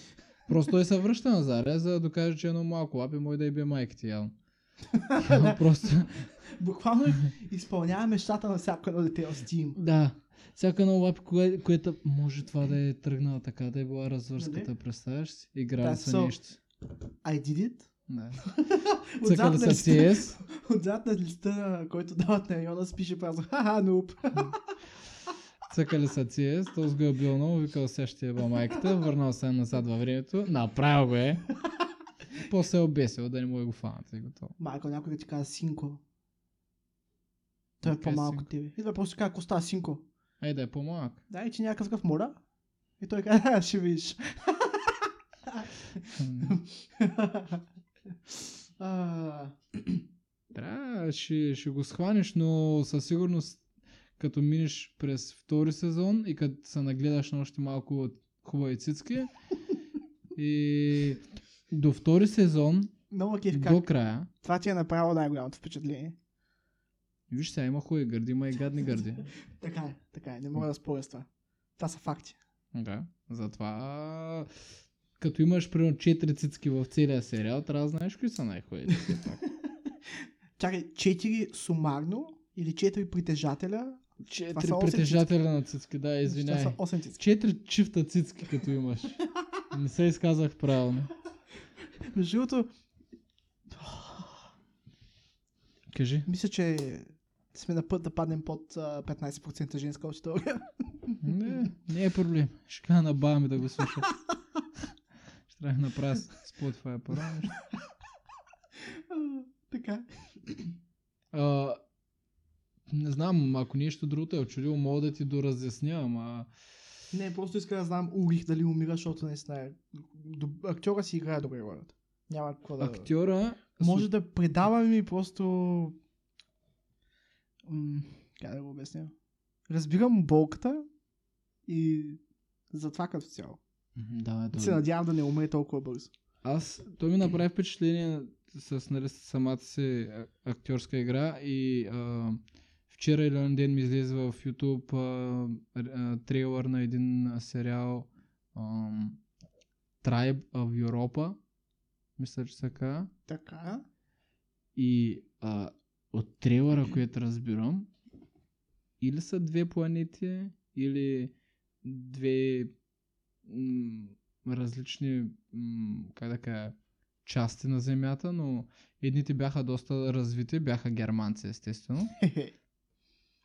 Speaker 2: Просто той се връща на Заря, за да докаже, че е едно малко лапе може да и бие майка ти, явно. Явно просто,
Speaker 1: Буквално изпълнява мечтата на всяко едно дете в Steam.
Speaker 2: да. Всяка едно лапе, кое, което може това да е тръгнала така, да е била развърската, представяш си? Играли
Speaker 1: Нали? Да,
Speaker 2: са
Speaker 1: so-
Speaker 2: нещо.
Speaker 1: I did it.
Speaker 2: Да.
Speaker 1: Отзад
Speaker 2: Цъкали
Speaker 1: на,
Speaker 2: са
Speaker 1: листа,
Speaker 2: CS.
Speaker 1: отзад на листа, който дават на Йонас, пише празно. Ха-ха, нуп.
Speaker 2: Цъкали са CS, този го е бил много, викал сега ще еба майката, върнал се назад във времето, направил го е. После е обесил да не му е го фанат и готово.
Speaker 1: Майко, някой да ти казва синко. Той е
Speaker 2: Как е
Speaker 1: по-малко
Speaker 2: синко?
Speaker 1: от тебе. Идва просто казва, коста синко.
Speaker 2: Ей да е по-малък.
Speaker 1: Дай, че някакъв такъв моля. И той казва, «Ха, ще видиш. А,
Speaker 2: Трябва, ще, ще го схванеш, но със сигурност като минеш през втори сезон и като се нагледаш на още малко от хубави цицки и до втори сезон,
Speaker 1: Много кеф Е, как.
Speaker 2: до края,
Speaker 1: Това ти е направило най-голямото впечатление.
Speaker 2: виж сега има хубави гърди, има и гадни гърди.
Speaker 1: Така е, така е. Не мога да споря с това. Това са факти.
Speaker 2: Да, затова като имаш примерно 4 цицки в целия сериал, трябва да знаеш кои са най-хубавите. все пак.
Speaker 1: Чакай, 4 сумарно или 4 притежателя. Това
Speaker 2: Четири
Speaker 1: са осем
Speaker 2: притежателя на цицки, да,
Speaker 1: Това
Speaker 2: извинявай.
Speaker 1: са 8 цицки.
Speaker 2: Четири чифта цицки като имаш. Не се изказах правилно.
Speaker 1: Между другото,
Speaker 2: Кажи.
Speaker 1: мисля, че сме на път да паднем под а, 15% женска аудитория.
Speaker 2: Не, не е проблем. Ще кажа на баба ми да го слуша. Ще трябва да направя с- Spotify първо. нещо.
Speaker 1: А, така.
Speaker 2: А, Не знам, ако нещо друго те е очудило, мога да ти доразясня, ама...
Speaker 1: Не, просто иска да знам Урих дали умира, защото наистина е... доб- актьора си играе добре ролята. Няма какво да...
Speaker 2: Актьора...
Speaker 1: Може да предава ми просто... М, Как да го обясня? Разбирам болката и затова като цяло.
Speaker 2: Да,
Speaker 1: Се
Speaker 2: да.
Speaker 1: надявам да не умре толкова бързо.
Speaker 2: Аз, той ми направи впечатление с нали, самата си а- актьорска игра и а, вчера или онзи ден ми излезе в YouTube а, р- а, трейлър на един а, сериал ам, Tribe of Europa, мисля, че така.
Speaker 1: Така.
Speaker 2: И а, от трейлъра, което разбирам, или са две планети, или две м- различни, м- как да кажа, части на Земята, но едните бяха доста развити, бяха германци, естествено.
Speaker 1: Хе-хе.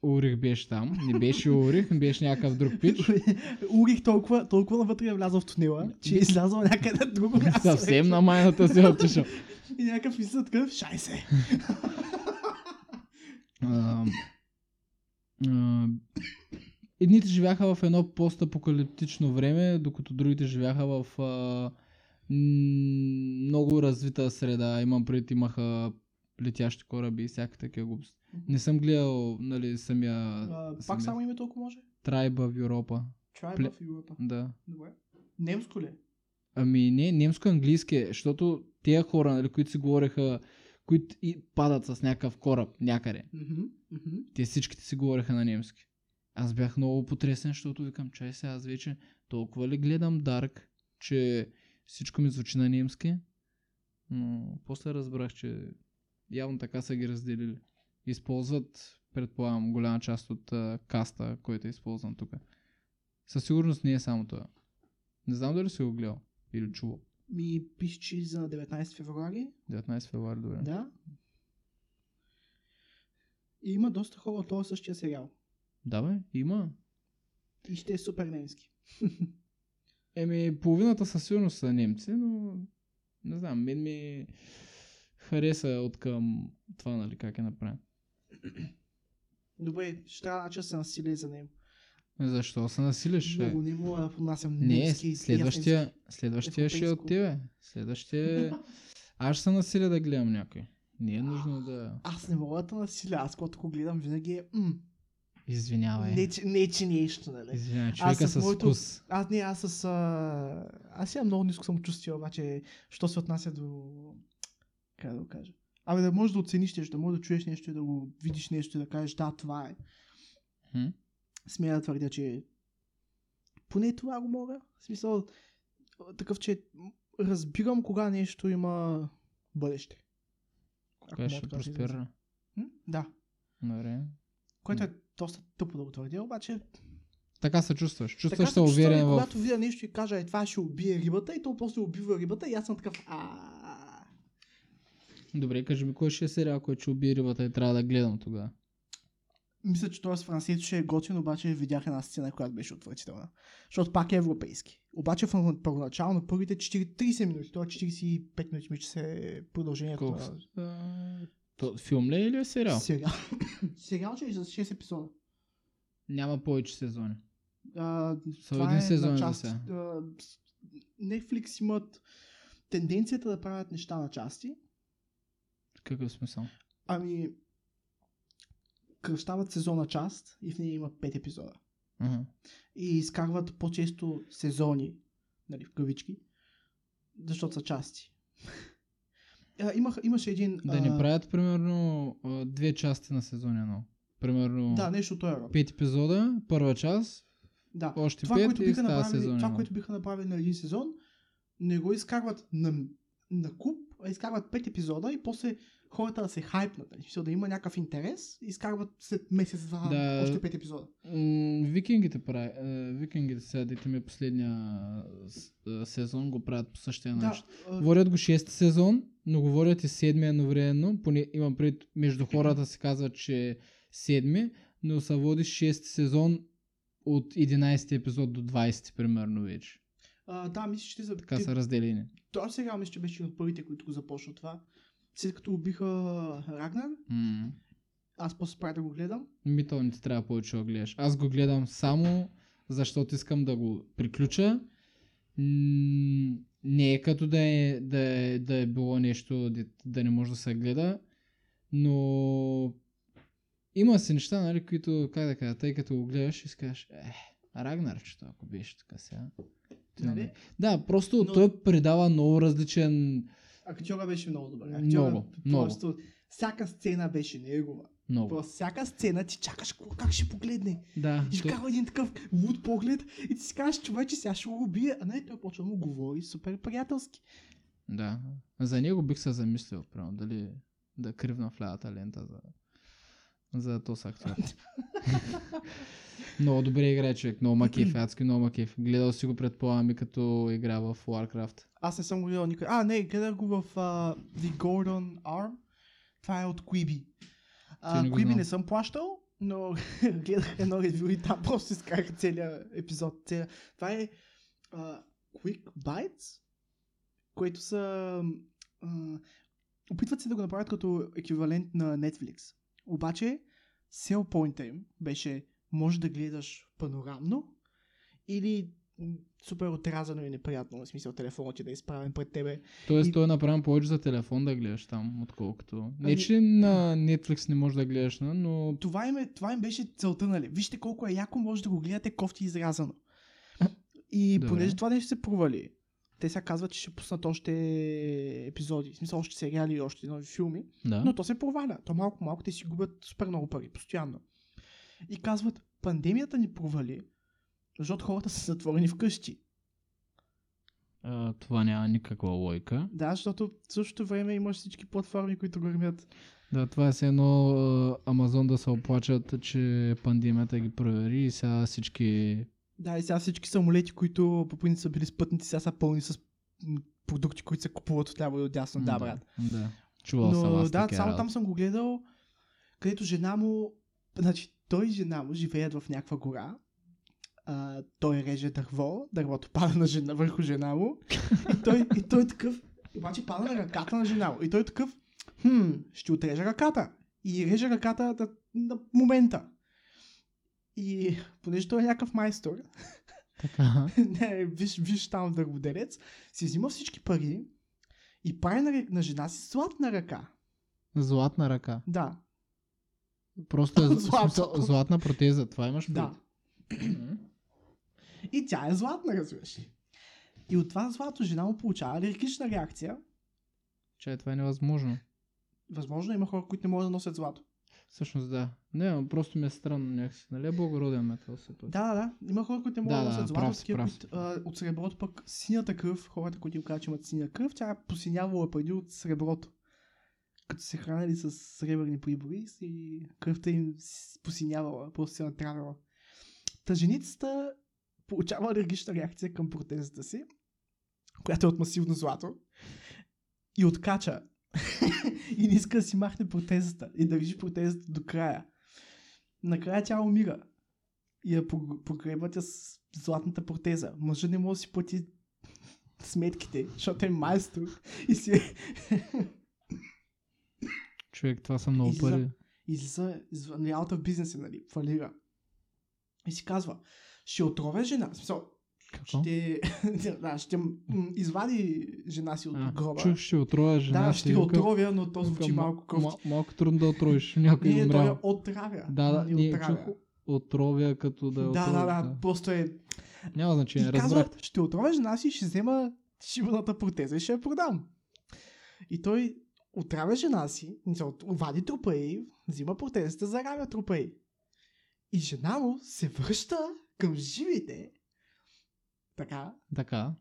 Speaker 2: Урих беше там, не беше Урих, беше някакъв друг пич.
Speaker 1: Урих толкова, толкова навътре е влязъл в тунела, че е излязъл някъде на друго място.
Speaker 2: Съвсем на майната си е отишъл.
Speaker 1: И някакъв излиза такъв, шай се.
Speaker 2: А, а, едните живяха в едно постапокалиптично време, докато другите живяха в а, м, много развита среда. Имам пред имаха летящи кораби и всяка такива глупост. Не съм гледал нали, самия,
Speaker 1: А, Пак
Speaker 2: самия
Speaker 1: само име толкова може?
Speaker 2: Tribe в Европа.
Speaker 1: Tribe
Speaker 2: Пле-
Speaker 1: of Europa.
Speaker 2: Да.
Speaker 1: Добре. Немско ли?
Speaker 2: Ами не, немско-английски е, защото тези хора, нали, които си говореха, които и падат с някакъв кораб някъде.
Speaker 1: Мгм, мгм.
Speaker 2: те всичките си говореха на немски. Аз бях много потресен, защото викам, чай сега, аз вече толкова ли гледам Дарк, че всичко ми звучи на немски. Но после разбрах, че явно така са ги разделили. Използват, предполагам, голяма част от а, каста, който е използван тук. Със сигурност не е само това. Не знам дали си го гледал. Или чуло.
Speaker 1: Ми пише, че за на 19 февруари.
Speaker 2: 19 февруари, добре.
Speaker 1: Да. И има доста хора от този същия сериал.
Speaker 2: да бе, има.
Speaker 1: И ще е супер немски.
Speaker 2: Еми, половината със сигурност са немци, но не знам, мен ми хареса от към това, нали, как е направен.
Speaker 1: Добре, ще трябва да се насилие за него.
Speaker 2: Защо се насилиш? бе?
Speaker 1: Много не мога да поднасям
Speaker 2: Не,
Speaker 1: немски. и
Speaker 2: следващия, следващия ще е от
Speaker 1: европейско.
Speaker 2: тебе. Следващия... е- Аз ще се насиля да гледам някой. Не е нужно да...
Speaker 1: Аз не мога да насиля. Аз когато го гледам винаги е... м,
Speaker 2: Извинявай.
Speaker 1: не, че, не, че нещо, нали?
Speaker 2: Извинявай,
Speaker 1: Аз
Speaker 2: човека
Speaker 1: с
Speaker 2: с
Speaker 1: моето-
Speaker 2: вкус.
Speaker 1: Аз не, аз с... А... Аз имам много ниско самочувствие, обаче, що се отнася до... Как да го кажа? Абе, да можеш да оцениш нещо, да можеш да чуеш нещо и да го видиш нещо и да кажеш, да, това е.
Speaker 2: Хм?
Speaker 1: Смея да твърдя, че поне това го мога. В смисъл, такъв, че разбирам кога нещо има бъдеще. Ако
Speaker 2: Кога
Speaker 1: мога
Speaker 2: ще
Speaker 1: така да се изразя.
Speaker 2: проспира?
Speaker 1: М? Да.
Speaker 2: Добре.
Speaker 1: Което е доста тъпо да го твърдя, обаче
Speaker 2: Така се чувстваш.
Speaker 1: така
Speaker 2: Чувстваш
Speaker 1: се
Speaker 2: се
Speaker 1: чувствам,
Speaker 2: е уверен в...
Speaker 1: когато видя нещо и кажа, е това ще убие рибата и то после убива рибата и аз съм такъв а
Speaker 2: Добре, кажи ми, кой ще е сериал, който ще убие рибата и трябва да гледам тогава?
Speaker 1: Мисля, че този с французите ще е готин, обаче видях една сцена, която беше отвратителна. Защото пак е европейски. Обаче в първоначално първите 4, 30 минути, то е 45 минути, мисля, че се е продължението
Speaker 2: Колко?
Speaker 1: на
Speaker 2: са? То, филм ли е или е сериал?
Speaker 1: сериал. сериал ще е за 6 епизода.
Speaker 2: Няма повече сезони.
Speaker 1: А,
Speaker 2: Само
Speaker 1: това
Speaker 2: един
Speaker 1: е
Speaker 2: сезон е
Speaker 1: на
Speaker 2: за
Speaker 1: част.
Speaker 2: сега.
Speaker 1: а, с- Netflix имат тенденцията да правят неща на части.
Speaker 2: Какъв смисъл?
Speaker 1: Ами, кръщават сезона част и в нея има 5 епизода.
Speaker 2: Ага.
Speaker 1: И изкарват по-често сезони, нали, в кавички, защото са части. А, имах, имаше един...
Speaker 2: Да не
Speaker 1: а,
Speaker 2: правят примерно а, две части на сезон едно. Примерно
Speaker 1: Да, нещо от този род.
Speaker 2: пет епизода, първа част,
Speaker 1: Да.
Speaker 2: още
Speaker 1: Това,
Speaker 2: пет
Speaker 1: което
Speaker 2: и
Speaker 1: биха,
Speaker 2: става
Speaker 1: направили,
Speaker 2: сезон
Speaker 1: това
Speaker 2: едно.
Speaker 1: което биха направили на един сезон, не го изкарват на, на куп, а изкарват пет епизода и после хората да се хайпнат. нали, в смисъл да има някакъв интерес, изкарват след месец-два
Speaker 2: Да.
Speaker 1: още пет епизода.
Speaker 2: М, Викингите прави. е, Викингите сега дете ми е последния с- е, сезон, го правят по същия
Speaker 1: Да,
Speaker 2: начин.
Speaker 1: а,
Speaker 2: Говорят го шести сезон, но говорят и седми едновременно. Поне имам пред между хората се казва, че е седми, но се води шести сезон от 11 епизод до 20 примерно вече.
Speaker 1: а, да, мисля, че те за...
Speaker 2: Така
Speaker 1: те-
Speaker 2: са разделени.
Speaker 1: Той сега мисля, че беше от първите, които го започна това. След като убиха Рагнар,
Speaker 2: М.
Speaker 1: аз после спрях да го гледам.
Speaker 2: Ми то не ти трябва повече да го гледаш. Аз го гледам само защото искам да го приключа. М, Не е като да е, да е, да е било нещо де- да не може да се гледа, но има си неща, нали, които, как да кажа, тъй като го гледаш и си кажеш, ех, Рагнарчето, ако беше така сега. Ти
Speaker 1: Нали?
Speaker 2: не- Да, просто
Speaker 1: Но-
Speaker 2: той предава много различен,
Speaker 1: Актьора беше много добър. Актьора
Speaker 2: Много,
Speaker 1: просто всяка сцена беше негова.
Speaker 2: много.
Speaker 1: Просто всяка сцена ти чакаш какво- как ще погледне.
Speaker 2: Да,
Speaker 1: И ще
Speaker 2: той-
Speaker 1: кава един такъв луд поглед и ти си кажеш, човече, сега ще го убие. А не, той почва да му говори супер приятелски.
Speaker 2: Да. За него бих се замислил, прямо, дали да кривна в лявата лента за, за този актьор. много добре играе човек, много макеф, адски много макеф. Гледал си го предполагам и като игра в Warcraft.
Speaker 1: Аз не съм го гледал никога. А, не, гледах го в а, The Gordon Arm. Това е от Quibi. А,
Speaker 2: не го
Speaker 1: Quibi
Speaker 2: знам.
Speaker 1: не съм плащал, но гледах едно ревю и там просто изкарах целият епизод. Целия... Това е а, Quick Bites, които са... А, опитват се да го направят като еквивалент на Netflix. Обаче, сел поинта им беше може да гледаш панорамно или м, супер отрязано и неприятно, в смисъл телефонът ти да е изправен пред тебе.
Speaker 2: Тоест
Speaker 1: И-
Speaker 2: той е направен повече за телефон да гледаш там, отколкото. Не,
Speaker 1: Ами-
Speaker 2: че на Netflix не можеш да гледаш, на, но
Speaker 1: Това им, е, това им беше целта, нали? Вижте колко е яко, може да го гледате кофти изрязано. И
Speaker 2: Добре.
Speaker 1: понеже това нещо се провали, те сега казват, че ще пуснат още епизоди, в смисъл още сериали и още нови филми.
Speaker 2: да.
Speaker 1: Но то се проваля. То малко-малко те си губят супер много пари, постоянно. И казват, пандемията ни провали, защото хората са затворени вкъщи.
Speaker 2: А, това няма никаква лойка.
Speaker 1: Да, защото в същото време имаш всички платформи, които гърмят.
Speaker 2: Да, това е все едно а, Амазон да се оплачат, че пандемията ги провери и сега всички
Speaker 1: Да, и сега всички самолети, които по принцип са били с пътници, сега са пълни с м, продукти, които се купуват от ляво и от дясно. Да, брат.
Speaker 2: Да. Чувал съм
Speaker 1: Но
Speaker 2: аз
Speaker 1: да,
Speaker 2: такива
Speaker 1: само там
Speaker 2: работи.
Speaker 1: съм го гледал, където жена му, значи той и жена му живеят в някаква гора, а, той реже дърво, дървото пада на жена, върху жена му и той, и той такъв, обаче пада на ръката на жена му и той такъв, хм, ще отрежа ръката и реже ръката на, на момента. И понеже той е някакъв майстор,
Speaker 2: Така.
Speaker 1: не, виж, виж там дърводелец, си взима всички пари и прави на, ръ- на жена си златна ръка.
Speaker 2: Златна ръка.
Speaker 1: Да,
Speaker 2: Просто е зл-
Speaker 1: Златна.
Speaker 2: смисъл, златна протеза. Това имаш
Speaker 1: Да.
Speaker 2: предвид?
Speaker 1: И тя е златна, разбираш ли? И от това злато жена му получава алергична реакция.
Speaker 2: Че това е невъзможно.
Speaker 1: Възможно има хора, които не могат да носят злато.
Speaker 2: Всъщност да. Не, ама просто ми е странно някакси. Нали е благороден метал се това.
Speaker 1: Да, да, да. Има хора, които не могат да,
Speaker 2: Да, да,
Speaker 1: носят
Speaker 2: да,
Speaker 1: злато,
Speaker 2: прав си,
Speaker 1: такива,
Speaker 2: прав
Speaker 1: които,
Speaker 2: си.
Speaker 1: а, от среброто пък синята кръв, хората, които им казват, че имат синя кръв, тя е посинявала преди от среброто. Като се хранили с сребърни прибори и кръвта им с- посинявала, просто се натравила. Та женицата получава алергична реакция към протезата си, която е от масивно злато и откача. и не иска да си махне протезата и държи протезата до края. Накрая тя умира. И я пог- погребват я с златната протеза. Мъжът не може да си плати сметките, защото е майстор и си
Speaker 2: Човек, това са много
Speaker 1: Излиза.
Speaker 2: пари.
Speaker 1: излиза извън реалата в бизнеса, нали, фалира. И си казва, ще отровя жена, в смисъл,
Speaker 2: Какво?
Speaker 1: ще, да, ще м- м- извади жена си от
Speaker 2: А,
Speaker 1: гроба.
Speaker 2: Чух, ще отроя жена.
Speaker 1: да,
Speaker 2: си,
Speaker 1: ще я
Speaker 2: вика-
Speaker 1: отровя, но то звучи
Speaker 2: вика, ма-
Speaker 1: малко кръвче.
Speaker 2: ма- малко трудно да отровиш. Някой
Speaker 1: Не,
Speaker 2: е
Speaker 1: той е
Speaker 2: умрял.
Speaker 1: отравя.
Speaker 2: Да, да,
Speaker 1: нали,
Speaker 2: ние
Speaker 1: отравя.
Speaker 2: чух отровя като да е
Speaker 1: Да,
Speaker 2: отровя,
Speaker 1: да, да, просто е
Speaker 2: Няма значение,
Speaker 1: И
Speaker 2: разбрах.
Speaker 1: казва, ще отровя жена си и ще взема шибаната протеза и ще я продам. И той отравя жена си, мисъл, вади трупа и взима протезата, заравя трупа й. И жена му се връща към живите. Така,
Speaker 2: Така.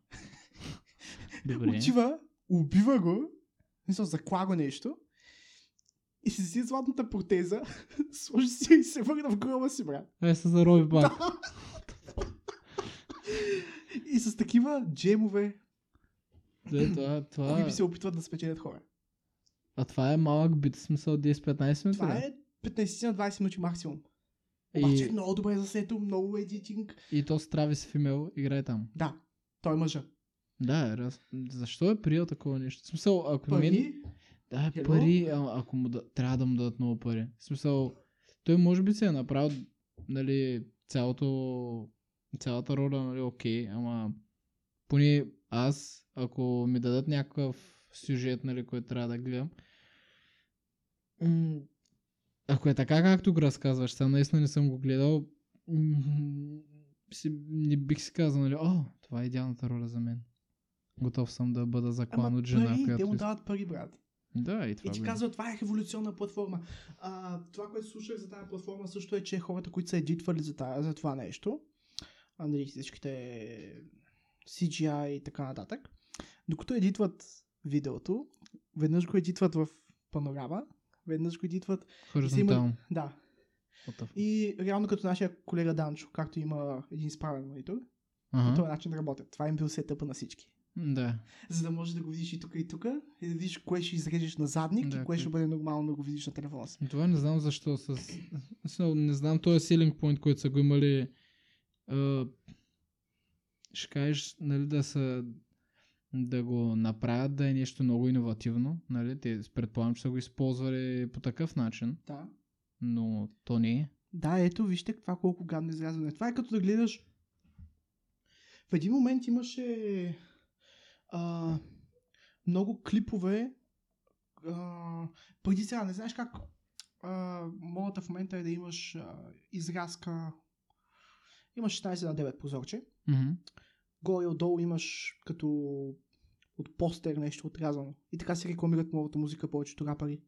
Speaker 2: Добре.
Speaker 1: отива, убива го, мисъл, закла го нещо. И си взе златната протеза, сложи си я и се върна в гроба си, брат.
Speaker 2: Е, се зарови в банк.
Speaker 1: И с такива джемове,
Speaker 2: Да, Е, това, това,
Speaker 1: които се опитват да спечелят хора.
Speaker 2: а това е малък бит, в смисъл 10-15 минути.
Speaker 1: Това
Speaker 2: да?
Speaker 1: е 15 на 20 минути максимум. Обаче е
Speaker 2: И,
Speaker 1: много добре заснето, много е едитинг.
Speaker 2: и то с Травис Фимел играе там.
Speaker 1: Да, той е мъжа.
Speaker 2: Да, е, раз... защо е приел такова нещо? В смисъл, ако
Speaker 1: Пари,
Speaker 2: мен... Да,
Speaker 1: Hello?
Speaker 2: пари,
Speaker 1: е.
Speaker 2: а, ако му да... трябва да му дадат много пари. В смисъл, той може би се е направил, нали, цялото... цялата роля, нали, окей, ама поне аз, ако ми дадат някакъв сюжет, нали, който трябва да гледам, м, ако е така, както го разказваш, сега наистина не съм го гледал, м, си, не бих си казал, нали, о, това е идеалната роля за мен. Готов съм да бъда заклан
Speaker 1: ама
Speaker 2: от жена,
Speaker 1: пари, те
Speaker 2: която...
Speaker 1: му
Speaker 2: иска-
Speaker 1: дават пари, брат.
Speaker 2: Да, и това
Speaker 1: и ти
Speaker 2: го има.
Speaker 1: казва, това е революционна платформа. А, това, което слушах за тази платформа също е, че хората, които са едитвали за, тази, за това нещо, а, нали, всичките CGI и така нататък, докато едитват видеото, веднъж го едитват в панорама, веднъж го едитват,
Speaker 2: Хоризонтално.
Speaker 1: да,
Speaker 2: What the fuck?
Speaker 1: И реално като нашия колега Данчо, както има един справен монитор, по
Speaker 2: Ага.
Speaker 1: този начин работят. Това им бил сетъпа на всички.
Speaker 2: Да.
Speaker 1: За да можеш да го видиш и тук и тук, и да видиш кое ще изрежеш на задник
Speaker 2: Да,
Speaker 1: и кое ще
Speaker 2: кое-
Speaker 1: бъде нормално да го видиш на телефона си.
Speaker 2: Това не знам защо. С... с- Не знам този силинг point, който са го имали. А... Ще кажеш, нали, да са да го направят да е нещо много иновативно. Нали? Те предполагам, че са го използвали по такъв начин,
Speaker 1: Да.
Speaker 2: но то не е.
Speaker 1: Да, ето вижте това колко гадно изрязване. Това е като да гледаш... В един момент имаше а, много клипове. А, преди сега, не знаеш как а, модата в момента е да имаш а, изразка... Имаш 16 на 9 прозорче.
Speaker 2: Мгм.
Speaker 1: Горе отдолу имаш като от постер нещо отрязано. И така се рекламират новата музика повечето рапъри.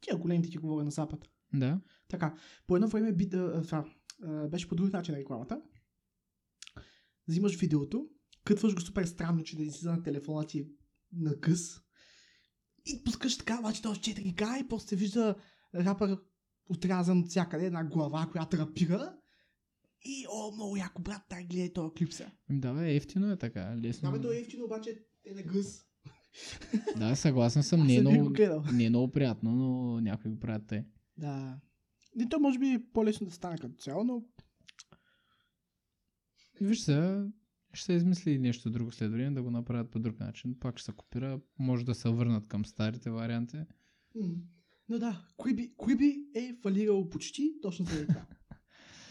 Speaker 1: Тия големите ти говоря на запад.
Speaker 2: Да.
Speaker 1: Така, по едно време би, а, а, това, а, беше по друг начин рекламата. Взимаш видеото, кътваш го супер странно, че да излиза на телефона ти на къс. И пускаш така, обаче то с 4K и после се вижда рапър отрязан от всякъде, една глава, която рапира. И о, много яко брат, тай гледай този клип сега.
Speaker 2: Ами Да, бе, ефтино е така. Лесно.
Speaker 1: Да, бе, то е ефтино, обаче Е на гъс.
Speaker 2: Да, съгласен съм.
Speaker 1: Аз
Speaker 2: Не е,
Speaker 1: не бих го
Speaker 2: много,
Speaker 1: гледал.
Speaker 2: не е много приятно, но някои го правят те.
Speaker 1: Да. И то може би е по-лесно да стане като цяло, но
Speaker 2: Виж сега, ще се измисли нещо друго след време, да го направят по друг начин. Пак ще се копира, може да се върнат към старите варианти.
Speaker 1: М, Но да, кой би, кой би е фалирал почти точно заради това?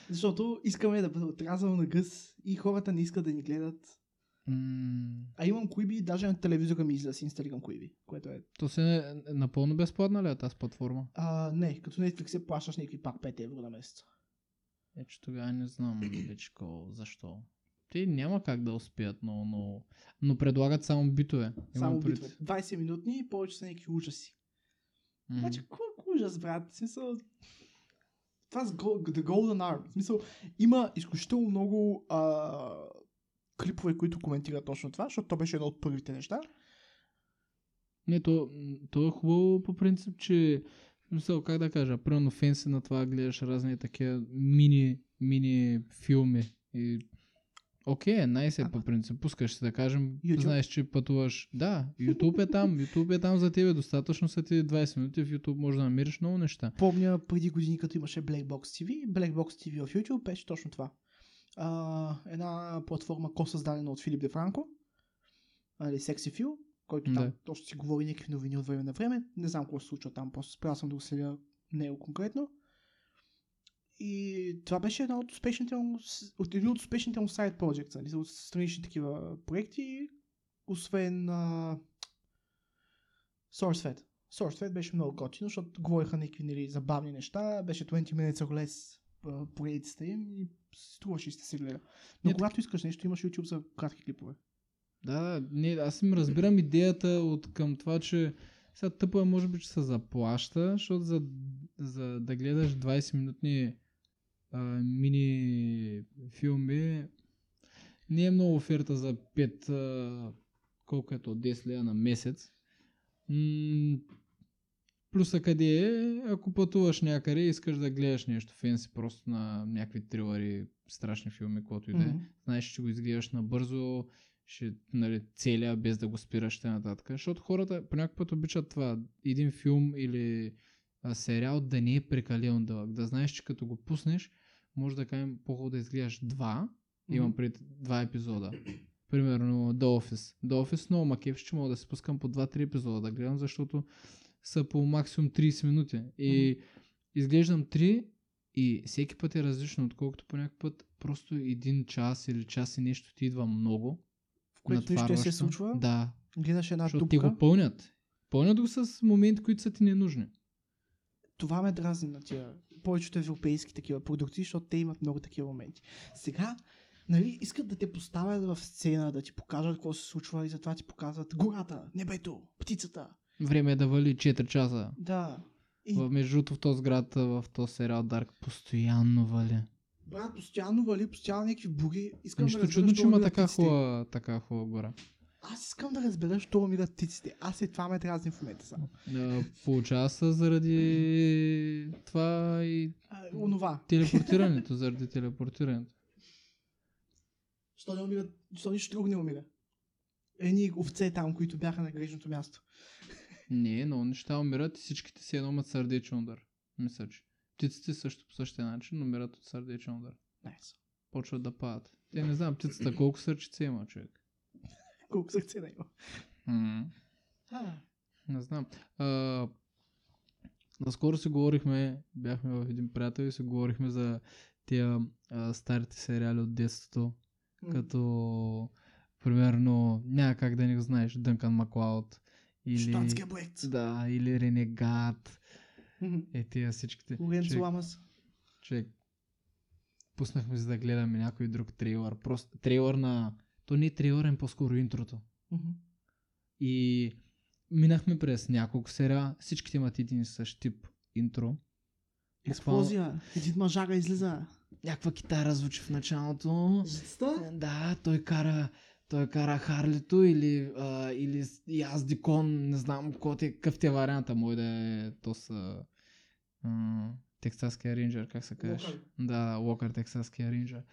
Speaker 1: Защото искаме да бъде отрязано на гъс и хората не искат да ни гледат.
Speaker 2: М,
Speaker 1: А имам кои би, даже на телевизора ми излиза да си инсталирам кои би, което е...
Speaker 2: То се е напълно безплатна ли е тази платформа?
Speaker 1: А, не, като Netflix се плащаш някакви пак 5 евро на месец.
Speaker 2: Е, че тогава не знам вечко защо. Те няма как да успеят, но, но, но предлагат само битове. Имам
Speaker 1: Само
Speaker 2: пред-
Speaker 1: битове. 20 минутни и повече са някакви ужаси.
Speaker 2: М,
Speaker 1: Значи, какво е ужас, брат? В смисъл... Това с Go- The Golden Arm. В смисъл, има изключително много а, клипове, които коментират точно това, защото то беше едно от първите неща.
Speaker 2: Не, то, м, то е хубаво по принцип, че мисъл, как да кажа, примерно фенси на това гледаш разни такива мини, мини филми и Окей, okay, най се
Speaker 1: Ама-
Speaker 2: по принцип. Пускаш се, да кажем,
Speaker 1: YouTube.
Speaker 2: знаеш, че пътуваш. Да, YouTube е там, YouTube е там за тебе. Достатъчно са ти 20 минути, в YouTube може да намериш много неща.
Speaker 1: помня преди години, като имаше Black Box TV. Black Box TV в YouTube беше точно това. А, една платформа, ко-създадена от Филип Дефранко, нали, Sexy Phil, който там
Speaker 2: Да.
Speaker 1: точно си говори някакви новини от време на време. Не знам какво се случва там, просто спрял съм да го следя него конкретно. И това беше една от успешните му, с- от един от успешните му сайт projects, нали, от странични такива проекти, освен а, SourceFed. SourceFed беше много готино, защото говориха някакви нали, забавни неща, беше 20 Minutes or Less а, поредицата им и струваше и сте се гледа. Но
Speaker 2: Ние
Speaker 1: когато искаш нещо, имаш YouTube за кратки клипове.
Speaker 2: Да, да, не, аз им разбирам идеята от към това, че сега тъпа може би, че се заплаща, защото за, за да гледаш 20-минутни а, мини филми не е много оферта за 5, а, колко е то, 10 лея на месец. М- плюса къде е, ако пътуваш някъде и искаш да гледаш нещо фенси, просто на някакви трилъри, страшни филми, което и да е
Speaker 1: Мгм.
Speaker 2: знаеш, че го изгледаш набързо, ще, нали, целия, без да го спираш, те нататък. Защото хората по някакъв път обичат това, един филм или а, сериал да не е прекалено дълъг. Да знаеш, че като го пуснеш, може да кажем по-хубаво да изгледаш два, имам
Speaker 1: Мгм.
Speaker 2: пред два епизода. Примерно The Office. The Office много макев, че мога да се пускам по 2-3 епизода да гледам, защото са по максимум 30 минути. И изглеждам 3 и всеки път е различно, отколкото по някакъв път просто един час или час и нещо ти идва много.
Speaker 1: В което нещо се
Speaker 2: натварващо.
Speaker 1: случва,
Speaker 2: Да,
Speaker 1: гледаш една
Speaker 2: защото те
Speaker 1: дупка.
Speaker 2: го пълнят. Пълнят го с моменти, които са ти ненужни.
Speaker 1: Това ме дразни на тия повечето европейски такива продукции, защото те имат много такива моменти. Сега, нали, искат да те поставят в сцена, да ти покажат какво се случва и затова ти показват гората, небето, птицата.
Speaker 2: Време е да вали 4 часа.
Speaker 1: Да. И,
Speaker 2: В- Между другото в този град, в този сериал Dark постоянно вали.
Speaker 1: брат, постоянно вали, постоянно някакви бури. Искам да
Speaker 2: Нищо
Speaker 1: разбера,
Speaker 2: Ами, чудно,
Speaker 1: що
Speaker 2: че има
Speaker 1: умират
Speaker 2: така
Speaker 1: птиците.
Speaker 2: хубава, така хубава гора.
Speaker 1: Аз искам да разбера, що умират птиците. Аз и това ме дразни в момента само.
Speaker 2: А, Получава се заради това и
Speaker 1: А, онова.
Speaker 2: телепортирането, заради телепортирането.
Speaker 1: Що не умира? Що нищо друго не умира? Едни овце е там, които бяха на грижното място.
Speaker 2: Не, но неща умират и всичките си едно имат сърдечен удар. Мисля, че. Птиците също по същия начин умират от сърдечен удар.
Speaker 1: Найс.
Speaker 2: Почват да падат. Те не знам птицата колко сърчица има човек.
Speaker 1: Колко сърце да има.
Speaker 2: М,
Speaker 1: А,
Speaker 2: Не знам. А, наскоро си говорихме, бяхме в един приятел и си говорихме за тия а, старите сериали от детството.
Speaker 1: м.
Speaker 2: като примерно няма как да не го знаеш Дънкан Маклауд или
Speaker 1: Штатския боец.
Speaker 2: да, или Ренегат
Speaker 1: Мгм.
Speaker 2: е тия всичките
Speaker 1: Лоренцо
Speaker 2: човек,
Speaker 1: Ламас.
Speaker 2: човек пуснахме се да гледаме някой друг трейлър просто трейлър на то не е трейлър, е по-скоро интрото
Speaker 1: Мгм.
Speaker 2: и минахме през няколко сериала всичките имат един и същ тип интро
Speaker 1: Експлозия. Един мъжага излиза.
Speaker 2: някаква китара звучи в началото
Speaker 1: Жицата?
Speaker 2: Да, той кара, той кара Харлито или, а, или с- язди кон, не знам кой ти, какъв ти е варианта, може да е, то са... м, Тексаския рейнджър, как се казваш?
Speaker 1: Walker.
Speaker 2: Да, Локър, Тексаския рейнджър.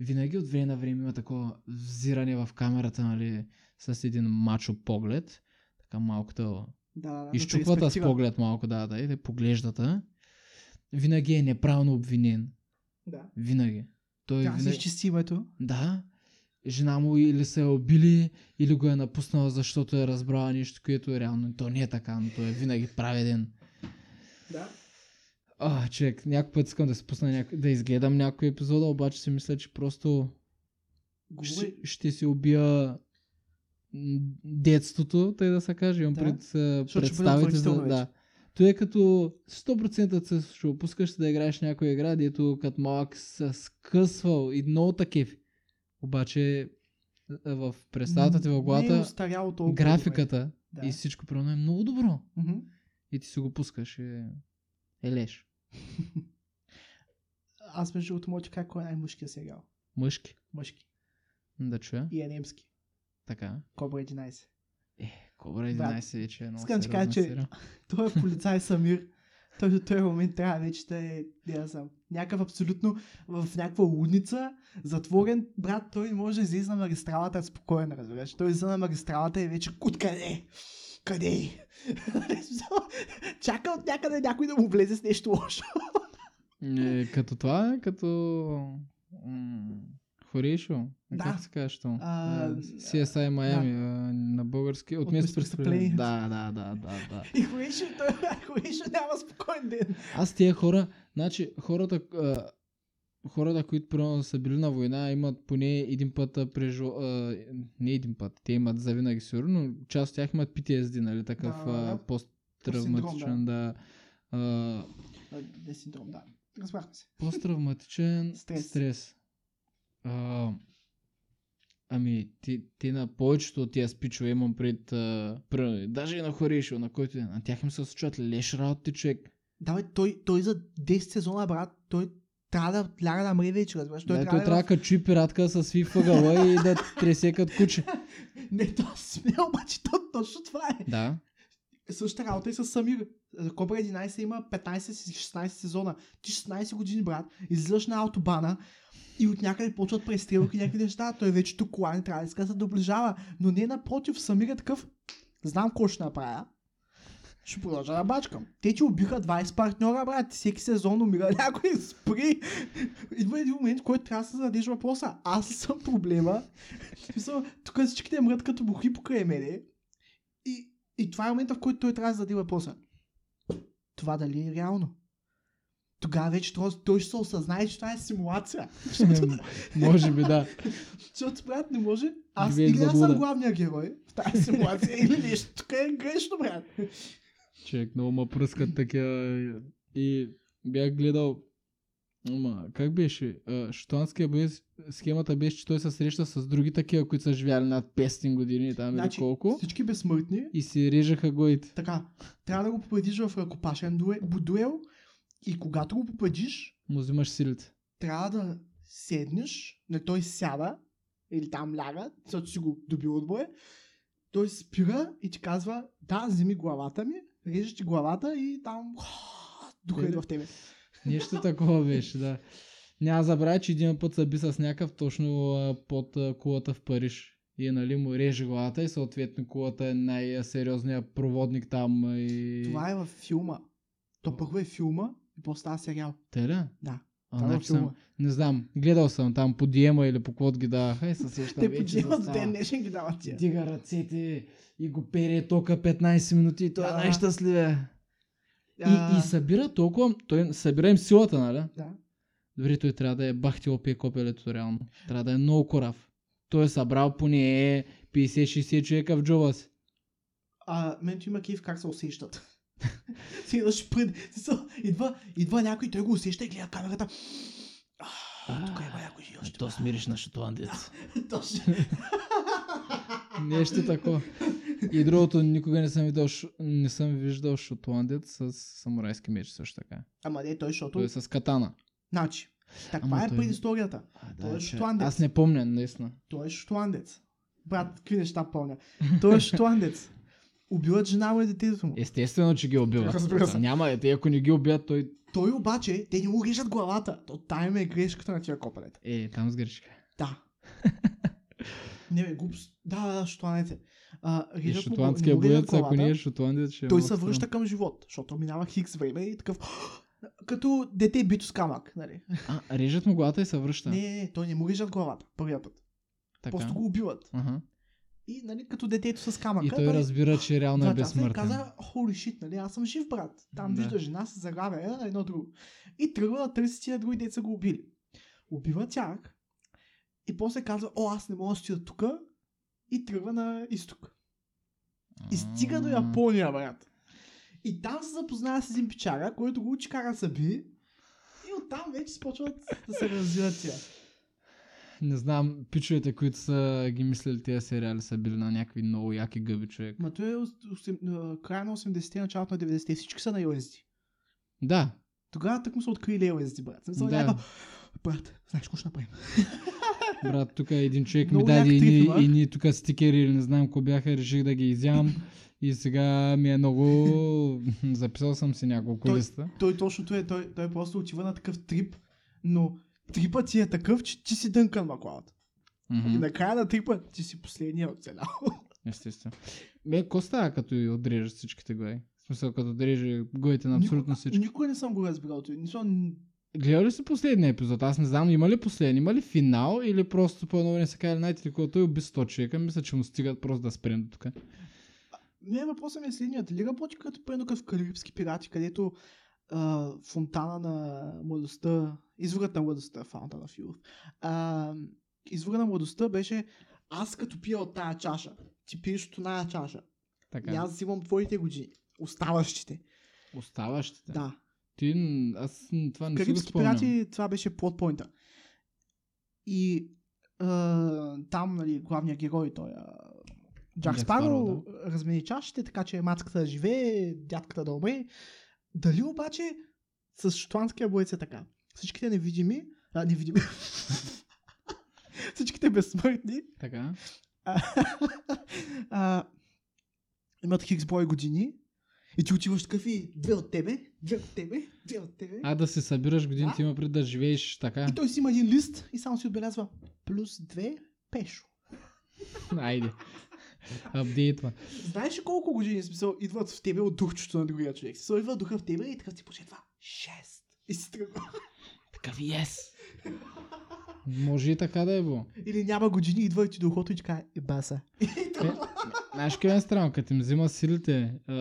Speaker 2: Винаги от време на време има такова взиране в камерата, нали, с един мачо поглед. Така малко да
Speaker 1: Да, да, да, но
Speaker 2: изчуквата с
Speaker 1: перспектива.
Speaker 2: поглед малко, да, да, и да поглеждата. Винаги е неправилно обвинен.
Speaker 1: Да.
Speaker 2: Винаги. Той
Speaker 1: Тя се
Speaker 2: винаги...
Speaker 1: изчисти името.
Speaker 2: Да. Жена му или са я убили, или го е напуснала, защото е разбрала нещо, което е реално. То не е така, но той е винаги праведен.
Speaker 1: Да.
Speaker 2: А, човек, някой път искам да се пусна няко... да изгледам някой епизода, обаче си мисля, че просто ще,
Speaker 1: Говори...
Speaker 2: ще си убия м, детството, тъй да се каже, имам
Speaker 1: Да.
Speaker 2: да. пред а,
Speaker 1: ще бъде
Speaker 2: представите. За,
Speaker 1: отвратително вече.
Speaker 2: да. То е като 100% се ще опускаш се да играеш някоя игра, дето като малък се скъсвал и много такив. Обаче а, в представата ти в
Speaker 1: Не е
Speaker 2: главата,
Speaker 1: остаряло толкова. добре.
Speaker 2: графиката
Speaker 1: Да.
Speaker 2: и всичко правилно е много добро.
Speaker 1: Мгм.
Speaker 2: И ти си го пускаш. Е, е леш.
Speaker 1: Аз между другото мога да ти кажа кой е най-мъжкият сериал.
Speaker 2: Мъжки.
Speaker 1: Мъжки.
Speaker 2: Да чуя.
Speaker 1: И е немски.
Speaker 2: Така.
Speaker 1: Кобра е 11.
Speaker 2: Кобра
Speaker 1: Брат,
Speaker 2: 11 вече е много
Speaker 1: искам да ти кажа,
Speaker 2: сериозна
Speaker 1: че-
Speaker 2: серия.
Speaker 1: Той е полицай Самир. Той до този момент трябва вече да е, не да съм, някакъв абсолютно в някаква лудница, затворен, брат, той не може да излезе на магистралата спокоен, разбираш. Той излезе на магистралата и вече, откъде? Къде? В смисъл, Чака от някъде някой да му влезе с нещо лошо.
Speaker 2: Е, като това, е, като... м, Хоришо.
Speaker 1: Да.
Speaker 2: Как се казваш то?
Speaker 1: А,
Speaker 2: Е, CSI Miami а, е, на български. От,
Speaker 1: От
Speaker 2: место
Speaker 1: местопрестъплението.
Speaker 2: престъплението. Да, да, да, да, да.
Speaker 1: И Хуишо, той Хуишо няма спокоен ден.
Speaker 2: Аз тия хора, значи хората, а, хората, които примерно са били на война, имат поне един път а, прежо... А, не един път, те имат завинаги сигурно, но част от тях имат PTSD, нали, такъв
Speaker 1: Да, да,
Speaker 2: а,
Speaker 1: да.
Speaker 2: посттравматичен, Е, да. А,
Speaker 1: А, Не синдром, да. Разбрахме се.
Speaker 2: Посттравматичен
Speaker 1: Стрес.
Speaker 2: стрес. стрес. А, ами, ти, ти на повечето от тия спичове имам пред... А, пред даже и на Хоришо, на който и да е. на тях им се случват леш работи, човек.
Speaker 1: Да, бе, той, той за 10 сезона, брат, той трябва да ляга да мре вече, разбираш.
Speaker 2: Той,
Speaker 1: Той
Speaker 2: да,
Speaker 1: трябва,
Speaker 2: е
Speaker 1: е
Speaker 2: той трябва да качи пиратка с сви въгъла и да тресе като куче.
Speaker 1: Не, то сме, обаче то, точно това е.
Speaker 2: Да.
Speaker 1: Същата работа и с Самир. За Кобра 11 има 15-16 сезона. Ти 16 години, брат, излизаш на автобана и от някъде почват престрелки някакви неща. Той вече тук кола не трябва да иска да се доближава. Но не напротив, Самир е такъв. Знам какво ще направя. Ще продължа да бачкам. Те ти убиха 20 партньора, брат. Всеки сезон умира някой. Спри! Идва един момент, в който трябва да се зададеш въпроса. Аз ли съм проблема. В смисъл, Тук всичките мрат като бухи покрай мене. И, и това е момента, в който той трябва да зададе въпроса. Това дали е реално? Тогава вече той, той ще се осъзнае, че това е симулация.
Speaker 2: Може би да.
Speaker 1: Защото, брат, не може. Аз
Speaker 2: Живееш
Speaker 1: или аз съм
Speaker 2: заблуда.
Speaker 1: главния герой в тази симулация, или нещо. Тук е грешно, брат.
Speaker 2: Човек, много ма пръскат такива. И бях гледал. Ама, как беше? А, Шотландския боец, схемата беше, че той се среща с други такива, които са живяли над 500 години и там
Speaker 1: Значи,
Speaker 2: или колко.
Speaker 1: Всички безсмъртни.
Speaker 2: И си режаха гоите.
Speaker 1: Така, трябва да го победиш в ръкопашен дуе- дуел. И когато го победиш,
Speaker 2: Му взимаш силите.
Speaker 1: трябва да седнеш, не той сяда или там ляга, защото си го добил от боя. Той спира и ти казва, да, вземи главата ми, режеш ти главата и там духа
Speaker 2: Тебе?
Speaker 1: идва в тебе.
Speaker 2: Нещо такова беше, да. Няма да забравя, че един път се би с някакъв точно а, под а, кулата в Париж. И нали му реже главата и съответно кулата е най-сериозният проводник там а, и...
Speaker 1: Това е във филма. То първо е филма и после става сериал.
Speaker 2: Те ли?
Speaker 1: Да. Това
Speaker 2: А,
Speaker 1: е във
Speaker 2: значи съм-
Speaker 1: филма.
Speaker 2: Не знам, гледал съм там по Диема или по квот ги даваха е, и се сещам
Speaker 1: Те е
Speaker 2: вече
Speaker 1: подимат
Speaker 2: застава.
Speaker 1: ден днешен ги дават тия.
Speaker 2: Дига ръцете и го пере тока 15 минути и той е
Speaker 1: Да.
Speaker 2: най-щастливия. И,
Speaker 1: А,
Speaker 2: и събира толкова, той събира им силата, нали?
Speaker 1: Да.
Speaker 2: Добре, той трябва да е бахти опие копелето, реално. Трябва да е много корав. Той е събрал поне 50-60 човека в джоба си.
Speaker 1: а, мен има кив как се усещат. Си идваш пред... смисъл, Идва, идва някой, той го усеща и гледа камерата. А, тук има някой и още.
Speaker 2: смириш на шотландец.
Speaker 1: Точно.
Speaker 2: Нещо такова. И другото, никога не съм, видял, ш- не съм виждал шотландец с самурайски меч също така.
Speaker 1: Ама не, той, защото...
Speaker 2: Той е с катана.
Speaker 1: Значи, таква
Speaker 2: Ама
Speaker 1: е
Speaker 2: той-
Speaker 1: предисторията.
Speaker 2: А,
Speaker 1: Той е
Speaker 2: че-
Speaker 1: шотландец.
Speaker 2: Аз не помня, наистина.
Speaker 1: Той е шотландец. Брат, какви неща помня. Той е шотландец. убиват жена му и детето му.
Speaker 2: Е. Естествено, че ги убиват.
Speaker 1: Разбира се.
Speaker 2: Няма, е, те ако не ги убият, той...
Speaker 1: Той обаче, те не му режат главата. То тайм е грешката на тия копалета.
Speaker 2: Е, там сгрешиха.
Speaker 1: Да. не бе, глупост. Да, да, да, шотландите. А,
Speaker 2: И
Speaker 1: режат му, го- не
Speaker 2: Е, шотландския
Speaker 1: му режат
Speaker 2: боец, ако
Speaker 1: главата.
Speaker 2: не е шотландец, ще е
Speaker 1: той
Speaker 2: малко
Speaker 1: се връща
Speaker 2: странно.
Speaker 1: към живот, защото минава хикс време и такъв... Като дете е бито с камък, нали?
Speaker 2: А, режат му главата и се връща.
Speaker 1: Не, не, не, той не му режат главата първия път.
Speaker 2: така.
Speaker 1: Просто го убиват.
Speaker 2: Аха.
Speaker 1: И, нали, като детето с камъка.
Speaker 2: И той разбира, че реално е
Speaker 1: Да, тя се
Speaker 2: безсмъртен.
Speaker 1: каза, holy shit, нали, аз съм жив, брат. Там
Speaker 2: Да.
Speaker 1: вижда жена с заравя на едно друго. И тръгва да търси тия други деца го убили. Убива тях. И после казва, о, аз не мога да стоя тук. И тръгва на изток. И стига до
Speaker 2: А,
Speaker 1: Япония, брат. И там се запознава с един пичара, който го учи кара съби. И оттам вече започват да се развиват тия.
Speaker 2: Не знам, пичовете, които са ги мислили тези сериали, са били на някакви много яки гъби човек.
Speaker 1: Ма той е ос- осем- а, края на 80-те, началото на 90-те. Всички са на USD.
Speaker 2: Да,
Speaker 1: Тогава так му са открили LSD, брат. Смисъл,
Speaker 2: Да.
Speaker 1: някаква, Брат, знаеш, какво ще направим?
Speaker 2: брат, тук един човек ми
Speaker 1: Много е
Speaker 2: даде
Speaker 1: як
Speaker 2: и
Speaker 1: трифила.
Speaker 2: ни тук стикери или не знам какво бяха, реших да ги изям. И сега ми е много... Записал съм си няколко
Speaker 1: Той-
Speaker 2: листа.
Speaker 1: Той точно е, той, той просто отива на такъв трип, но трипа ти е такъв, че ти си дънкан маклауд.
Speaker 2: Мгм.
Speaker 1: И накрая на трипа ти си последния оцелял.
Speaker 2: Естествено. Бе, какво става като и отрежеш всичките глави? В смисъл, като отреже главите на абсолютно всички.
Speaker 1: Никога не съм го разбирал. Той. Не съм-
Speaker 2: Гледал ли си последния епизод? Аз не знам, има ли последен, има ли финал или просто по едно време са казали, знаете ли, когато той уби 100 човека, мисля, че му стигат просто да спрем до тук.
Speaker 1: Не, въпросът ми е следният. Дали работи като примерно като в Карибски пирати, където а, фонтана на младостта, изворът на младостта, Fountain of Youth, а, извора на младостта беше аз като пия от тая чаша, ти пиеш от тая чаша.
Speaker 2: Така.
Speaker 1: И аз взимам твоите години, оставащите.
Speaker 2: Оставащите.
Speaker 1: Да.
Speaker 2: Ти, н- аз н- това не си го
Speaker 1: Карибски
Speaker 2: спомням.
Speaker 1: пирати, това беше плотпойнта. И а, там, нали, главният герой, той а, Джак
Speaker 2: Джак Спароу,
Speaker 1: Спаро, размени чашите, така че мацката да живее, дядката да умре. Дали обаче с шотландския боец е така? Всичките невидими, а, невидими, всичките безсмъртни,
Speaker 2: Така.
Speaker 1: а, а, имат хикс брой години, и ти отиваш такъв и две от тебе, две от тебе, две от тебе.
Speaker 2: А да се събираш годините,
Speaker 1: Да.
Speaker 2: има пред да живееш така.
Speaker 1: И той си има един лист и само си отбелязва плюс 2 пешо.
Speaker 2: Айде. Апдейтва.
Speaker 1: Знаеш ли колко години смисъл идват в тебе от духчето на другия човек? Смисъл идва духа в тебе и така ти почетва 6. И си тръгва.
Speaker 2: Такъв yes. Може и така да е било.
Speaker 1: Или няма години, идва и ти до ухото и ти казва е баса. И
Speaker 2: Е,
Speaker 1: тръгва.
Speaker 2: Знаеш къде е странно, като им взима силите, а,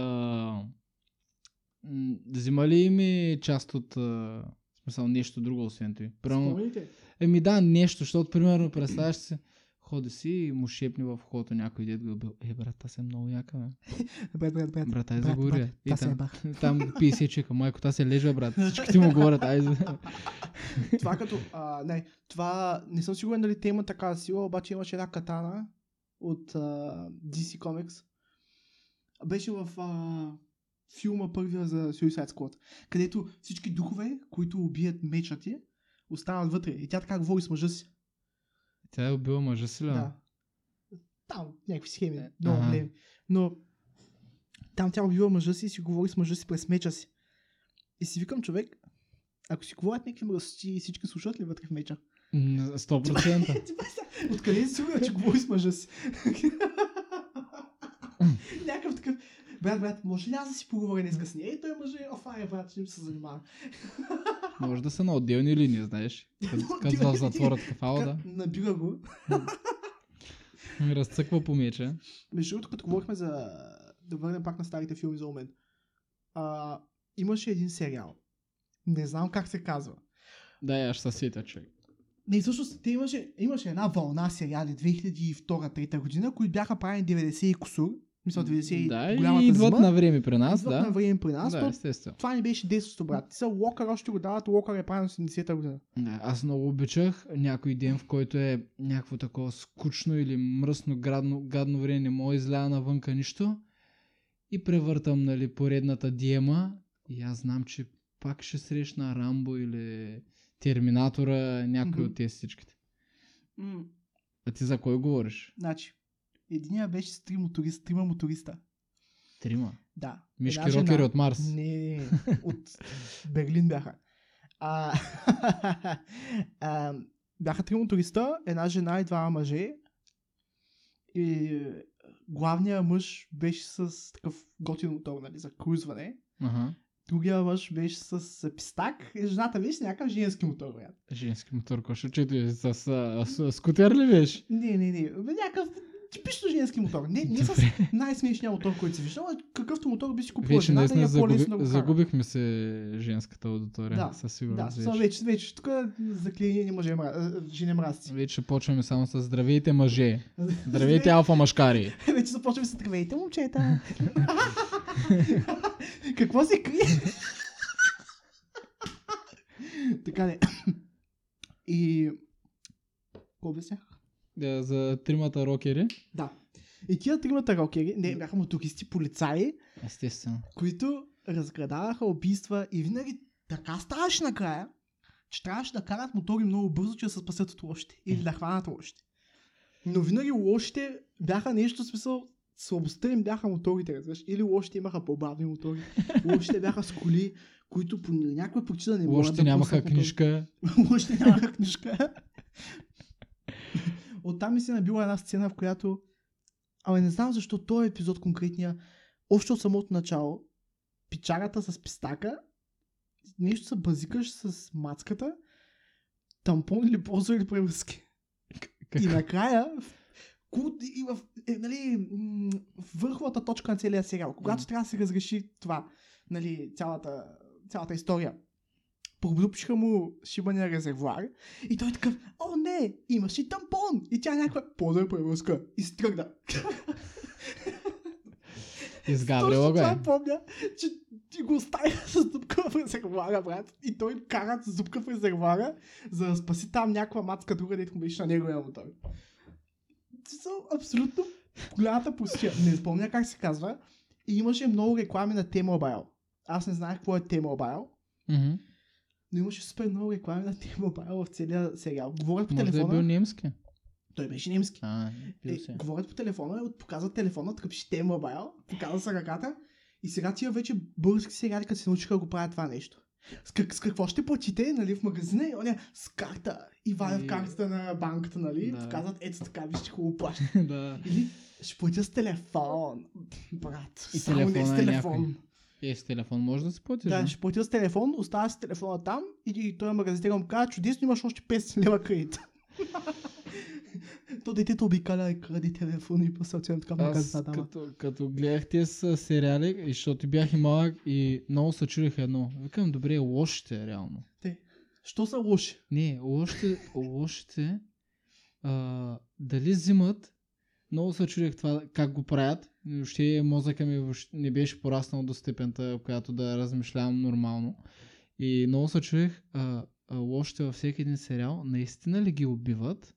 Speaker 2: м, взима ли им и част от, а, в смисъл, нещо друго освен той? Прямо,
Speaker 1: Спомните?
Speaker 2: еми да, нещо, защото примерно представяш си, ходи си и му шепне в хото някой дед го е бил. Е, брат, аз съм много яка, бе.
Speaker 1: Брат, брат, брат.
Speaker 2: Брат, ай
Speaker 1: Е, брат,
Speaker 2: загоря.
Speaker 1: брат,
Speaker 2: И
Speaker 1: та се е
Speaker 2: там,
Speaker 1: ебах.
Speaker 2: там 50 чека, майко, та се лежа, брат. Всичките му говорят, ай, за-
Speaker 1: Това като... А, не, това... Не съм сигурен дали те има такава сила, обаче имаше една катана от а, DC Comics. Беше в а, филма първия за Suicide Squad, където всички духове, които убият меча ти, останат вътре. И тя така говори с мъжа си.
Speaker 2: Тя е убила мъжа си, ли? бе?
Speaker 1: Да. Там някакви схеми,
Speaker 2: Е,
Speaker 1: много
Speaker 2: ага.
Speaker 1: големи. Но там тя убива мъжа си и си говори с мъжа си през меча си. И си викам човек, ако си говорят някакви мръсти и всички слушат ли вътре в меча?
Speaker 2: М, 100%.
Speaker 1: Ти представя- Е, Откъде си сигурен, че говори с мъжа си? Някакъв такъв. Брат, брат, може ли аз да си поговоря днес с нея? И той мъже, офай, брат, ще им се занимава.
Speaker 2: Може да са на отделни линии, знаеш. Като- Като в Е, затвора, такъв, ало, да.
Speaker 1: Набира го.
Speaker 2: Разцъква по меча.
Speaker 1: Между другото, като говорихме за... Да върнем пак на старите филми за Омен. А, имаше един сериал. Не знам как се казва.
Speaker 2: Да, аз ще се сетя, човек.
Speaker 1: Не, всъщност те имаше, имаше една вълна сериали 2002-2003 година, които бяха правени 90 и кусур. Мисля, 90
Speaker 2: да,
Speaker 1: голямата
Speaker 2: и идват
Speaker 1: зима.
Speaker 2: на време при нас,
Speaker 1: Идват на
Speaker 2: да.
Speaker 1: време при нас,
Speaker 2: да,
Speaker 1: то
Speaker 2: естествено.
Speaker 1: това не беше действото, брат. Ти са Локър още го дават, Локър е правен 80-та година.
Speaker 2: Да, Аз много обичах някой ден, в който е някакво такова скучно или мръсно, гадно, гадно време, не мога да изляя навънка нищо. И превъртам, нали, поредната диема. И аз знам, че пак ще срещна Рамбо или Терминатора, някой
Speaker 1: Мгм.
Speaker 2: от тези всичките. А ти за кой говориш?
Speaker 1: Значи, единия беше с три моториста, трима моториста.
Speaker 2: Трима.
Speaker 1: Да.
Speaker 2: Мишки
Speaker 1: Една жена.
Speaker 2: рокери от Марс.
Speaker 1: Не, не, не. От Берлин бяха. А, а, бяха три моториста, една жена и двама мъже. И главният мъж беше с такъв готин мотор, нали, за крузване.
Speaker 2: Ага.
Speaker 1: Другия мъж беше с е, пистак и жената беше с някакъв женски мотор, брат.
Speaker 2: Женски мотор, кошо, че ти с, с, с, скутер ли беше?
Speaker 1: Не, не, не. Бе, Някакъв типично женски мотор. Не, не с най-смешния мотор, който си виждал, а какъвто мотор би си купила
Speaker 2: Вече
Speaker 1: жената и
Speaker 2: наистина
Speaker 1: е
Speaker 2: загуби,
Speaker 1: по-лесно да го кара.
Speaker 2: загубихме се женската аудитория.
Speaker 1: Да,
Speaker 2: със
Speaker 1: Да,
Speaker 2: сигурност.
Speaker 1: сега
Speaker 2: вече.
Speaker 1: вече, вече тук заклинени мъже, мра- а, жени мразци.
Speaker 2: вече почваме само с здравейте мъже. Здравейте алфа машкари.
Speaker 1: Вече започваме с здравейте, момчета. Какво се крие? така не. И... Какво обяснях?
Speaker 2: Е, За тримата рокери.
Speaker 1: Да. И тия тримата рокери, не, бяха мотористи, полицаи,
Speaker 2: Естествено.
Speaker 1: които разградаваха убийства и винаги така ставаше накрая, че трябваше да карат мотори много бързо, че да се спасят от лошите или да хванат лошите. Но винаги лошите бяха нещо в смисъл, слабостта им бяха моторите, разбираш. Или лошите имаха по-бавни мотори, лошите бяха с коли, които по някаква причина не могат
Speaker 2: Още
Speaker 1: Е, да
Speaker 2: нямаха
Speaker 1: пуснат мотори.
Speaker 2: книжка.
Speaker 1: Още нямаха книжка. Оттам ми се набила една сцена, в която... Ама не знам защо този епизод конкретния, още от самото начало, пичарата с пистака, нещо се базикаш с мацката, тампон или ползва или превръзки. И накрая, в, кул- и в, е, нали, м, в върховата точка на целия сериал, когато
Speaker 2: Мгм.
Speaker 1: трябва да се разреши това, нали, цялата, цялата история, пробупчиха му шибания резервуар и той е такъв, о не, имаш и тампон! И тя е някаква, по-добре превръзка, и стръгна.
Speaker 2: Изгаврила го е.
Speaker 1: това помня, че ти го оставя с дупка в резервуара, брат. И той кара с дупка в резервуара, за да спаси там някаква мацка друга, дето му беше на неговия мотор. Ти са абсолютно голямата пустия. Не спомня как се казва. И имаше много реклами на T-Mobile. Аз не знаех какво е T-Mobile,
Speaker 2: Мгм.
Speaker 1: но имаше супер много реклами на T-Mobile в целия сериал. Говорят по
Speaker 2: Може да е
Speaker 1: телефона.
Speaker 2: бил немски.
Speaker 1: Той беше немски.
Speaker 2: А, бил
Speaker 1: Е,
Speaker 2: се.
Speaker 1: говорят по телефона, от показват телефона, така пише T-Mobile, показва се ръката и сега тия вече български сериали, като се научиха да го правят това нещо. С, как, с какво ще платите, нали, в магазина? И оня, с карта. И вадят
Speaker 2: И-
Speaker 1: картата на банката, нали?
Speaker 2: Да.
Speaker 1: Показват, ето така, вижте, хубаво плаща.
Speaker 2: Да.
Speaker 1: Или ще платя с телефон. Брат,
Speaker 2: И
Speaker 1: само не с
Speaker 2: телефона е
Speaker 1: телефон.
Speaker 2: някой. Е, с телефон може да си платиш.
Speaker 1: Да,
Speaker 2: не?
Speaker 1: ще платя с телефон, оставя си телефона там и, и той магазинера му казва, чудесно имаш още 500 лева кредит. То детето обикаля и кради телефон и посочен така в
Speaker 2: Аз
Speaker 1: магазина дама.
Speaker 2: като, като гледах тези с- сериали, и защото бях и малък и много се чудих едно. Викам, добре, лошите реално.
Speaker 1: Те, що са лоши?
Speaker 2: Не, лошите, лошите а, дали взимат, много се чудих това как го правят. И Въобще мозъка ми въобще не беше пораснал до степента, в която да размишлявам нормално. И много се чудих, а, а, лошите във всеки един сериал, наистина ли ги убиват?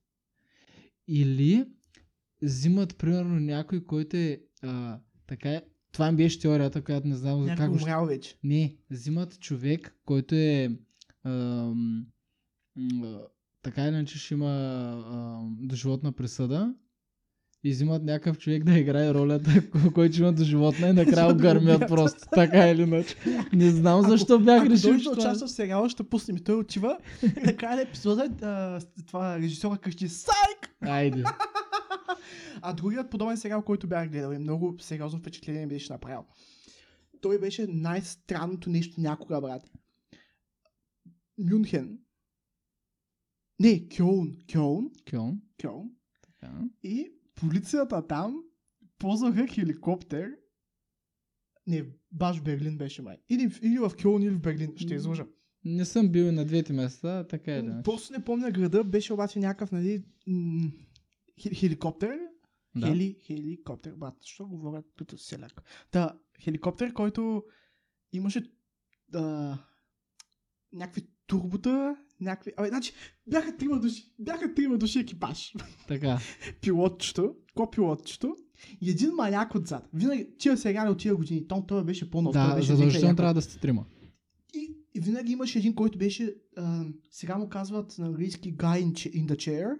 Speaker 2: Или взимат, примерно, някой, който е а, така... е, Това ми беше теорията, която не знам за как
Speaker 1: Някой
Speaker 2: го ще
Speaker 1: умрял вече.
Speaker 2: не, взимат човек, който е. Ам, м, а, така или иначе ще има ам, доживотна присъда. И взимат някакъв човек да играе ролята, ко- който ще има доживотна и накрая го гърмят просто. Така или иначе. Не знам
Speaker 1: Ако-
Speaker 2: защо бях
Speaker 1: Ако
Speaker 2: решил,
Speaker 1: дойде
Speaker 2: че
Speaker 1: да
Speaker 2: това е-
Speaker 1: участва в сериала, ще пуснем. И Той отива и накрая на епизода а, с- това режисьора крещи Сайк!
Speaker 2: Айде.
Speaker 1: А другият подобен сериал, който бях гледал и много сериозно впечатление ми беше направил. Той беше най-странното нещо някога, брат. Мюнхен. Не, Кьолн. Кьолн.
Speaker 2: Кьон.
Speaker 1: Кьолн.
Speaker 2: Така.
Speaker 1: И полицията там ползваха хеликоптер. Не, баш в Берлин беше май. Или, в- или в Кьолн, или в Берлин. Ще излъжа.
Speaker 2: Не съм бил и на двете места, така или иначе.
Speaker 1: Просто не помня града, беше обаче някакъв, нали, м, хе- хеликоптер.
Speaker 2: Да.
Speaker 1: Хели, хеликоптер. Брат, защо говорят като селяк? Та, хеликоптер, който имаше а, някакви турбота, някакви... Абе, значи, бяха трима души, бяха трима души екипаж
Speaker 2: Така.
Speaker 1: пилотчето, копилотчето и един маляк отзад. Винаги тия сериали от тия години, Том той беше по-нов. той
Speaker 2: Да,
Speaker 1: беше
Speaker 2: задължително
Speaker 1: някъде
Speaker 2: трябва да сте трима.
Speaker 1: И, и винаги имаше един, който беше, а, сега му казват на английски guy in, cha- in the chair,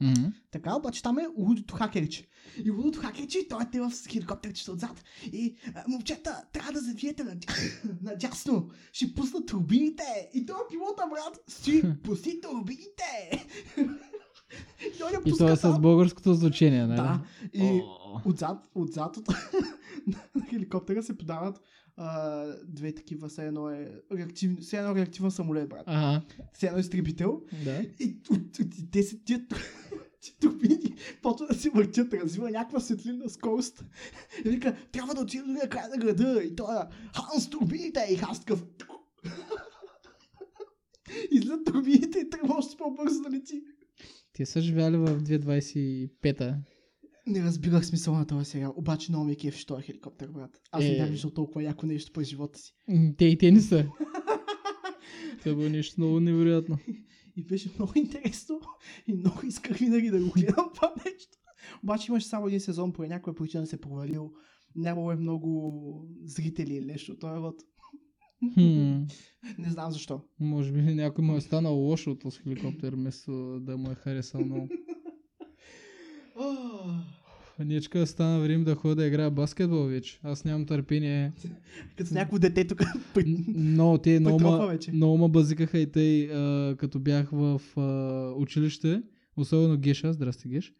Speaker 2: Мгм.
Speaker 1: Така, обаче там е лудото хакерче. И лудото хакерче, той е в с хеликоптерчето отзад. И а, момчета, трябва да завиете на, надясно. Ще пуснат турбините. И той е пилота, брат, си пусти турбините. и той не
Speaker 2: И
Speaker 1: пуска
Speaker 2: то е
Speaker 1: там.
Speaker 2: с българското звучение, нали?
Speaker 1: Да. И
Speaker 2: О,
Speaker 1: отзад, отзад от на хеликоптера се подават а, две такива, все едно е реактивно, все едно реактивен самолет, брат.
Speaker 2: Ага,
Speaker 1: Все едно е изтребител.
Speaker 2: да.
Speaker 1: И от, от, те се тия ту- тия турбини почва да се въртят, развива някаква светлинна скорост. И вика, трябва да отидем до другия край на града. И той е, Ханс турбините! И Ханс такъв... Излят турбините и тръгва още по-бързо да лети.
Speaker 2: Те са живяли в 2025-та.
Speaker 1: Не разбирах смисъла на този сериал, обаче много ми е кеф, що е хеликоптер, брат. Аз не
Speaker 2: Е.
Speaker 1: бях виждал толкова яко нещо през живота си.
Speaker 2: М, Те и те не са. Това е било нещо много невероятно.
Speaker 1: И беше много интересно и много исках винаги да го гледам това нещо. Обаче имаше само един сезон, по някаква причина се е провалил. Нямало е много зрители или нещо от този род.
Speaker 2: Хм,
Speaker 1: Не знам защо.
Speaker 2: може би някой му е станал лошо от този хеликоптер, вместо да му е харесал много. Нечка стана време да ходя да играя баскетбол вече. Аз нямам търпение.
Speaker 1: Като някакво дете тук.
Speaker 2: Н- Много те, много
Speaker 1: Петроха
Speaker 2: ма,
Speaker 1: вече.
Speaker 2: много ма базикаха и тъй, а, като бях в а, училище. Особено Геша, здрасти Геш.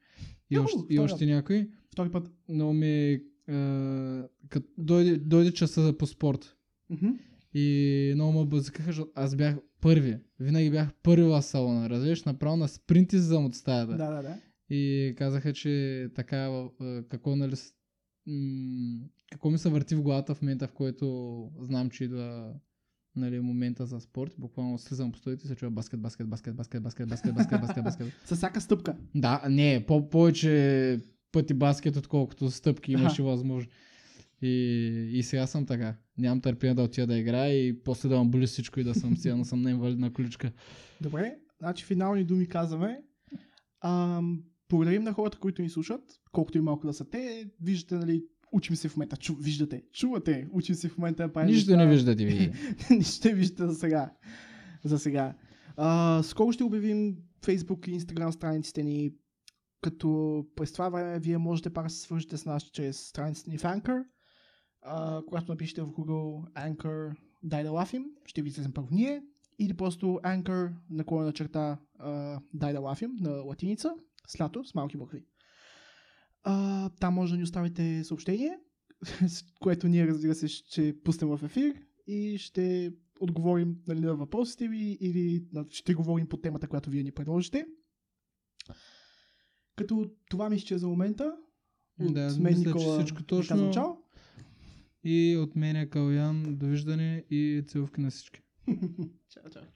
Speaker 2: И
Speaker 1: Йоу,
Speaker 2: още, и
Speaker 1: здраве.
Speaker 2: още някой.
Speaker 1: Втори път.
Speaker 2: Много ми... А, като дойде, дойде часа по спорт.
Speaker 1: Мгм.
Speaker 2: И много ме бъзикаха, защото аз бях първи. Винаги бях първи в салона. Разбираш, направо на спринт излизам от стаята.
Speaker 1: Да, да, да.
Speaker 2: И казаха, че така, в- а, какво, нали, с- м, какво ми се върти в главата в момента, в който знам, че идва нали, момента за спорт. Буквално слизам по стоите и се чува баскет, баскет, баскет, баскет, баскет, баскет, баскет, баскет, баскет.
Speaker 1: С всяка стъпка.
Speaker 2: Да, не, по- повече пъти баскет, отколкото стъпки
Speaker 1: Аха.
Speaker 2: имаше възможно. И, и сега съм така. Нямам търпение да отида да играя и после да ме боли всичко и да съм сега, но съм на инвалидна количка.
Speaker 1: Добре, значи финални думи казваме. Ам, благодарим на хората, които ни слушат, колкото и малко да са те. Виждате, нали, учим се в момента. Чу, виждате, чувате, учим се в момента. да правим
Speaker 2: Нищо
Speaker 1: неща.
Speaker 2: не виждате ви.
Speaker 1: Нищо не виждате за сега. За сега. А, скоро ще обявим Facebook и Instagram страниците ни, като през това време вие можете пак да се свържете с нас чрез страницата ни в Anchor. А, когато напишете в Google Anchor, дай да лафим, ще ви излезем първо ние. Или просто Anchor, наклонена черта, а, дай да лафим, на латиница, с лято, с малки букви. А, там може да ни оставите съобщение, с което ние разбира се ще пуснем в ефир и ще отговорим нали, на въпросите ви или на- ще говорим по темата, която вие ни предложите. Като това мисля, че е за момента. От
Speaker 2: Да,
Speaker 1: мен
Speaker 2: мисля, че
Speaker 1: Никола
Speaker 2: всичко
Speaker 1: ви
Speaker 2: точно.
Speaker 1: казвам чао.
Speaker 2: И от мен е Калян, довиждане и целувки на всички.
Speaker 1: Чао, чао.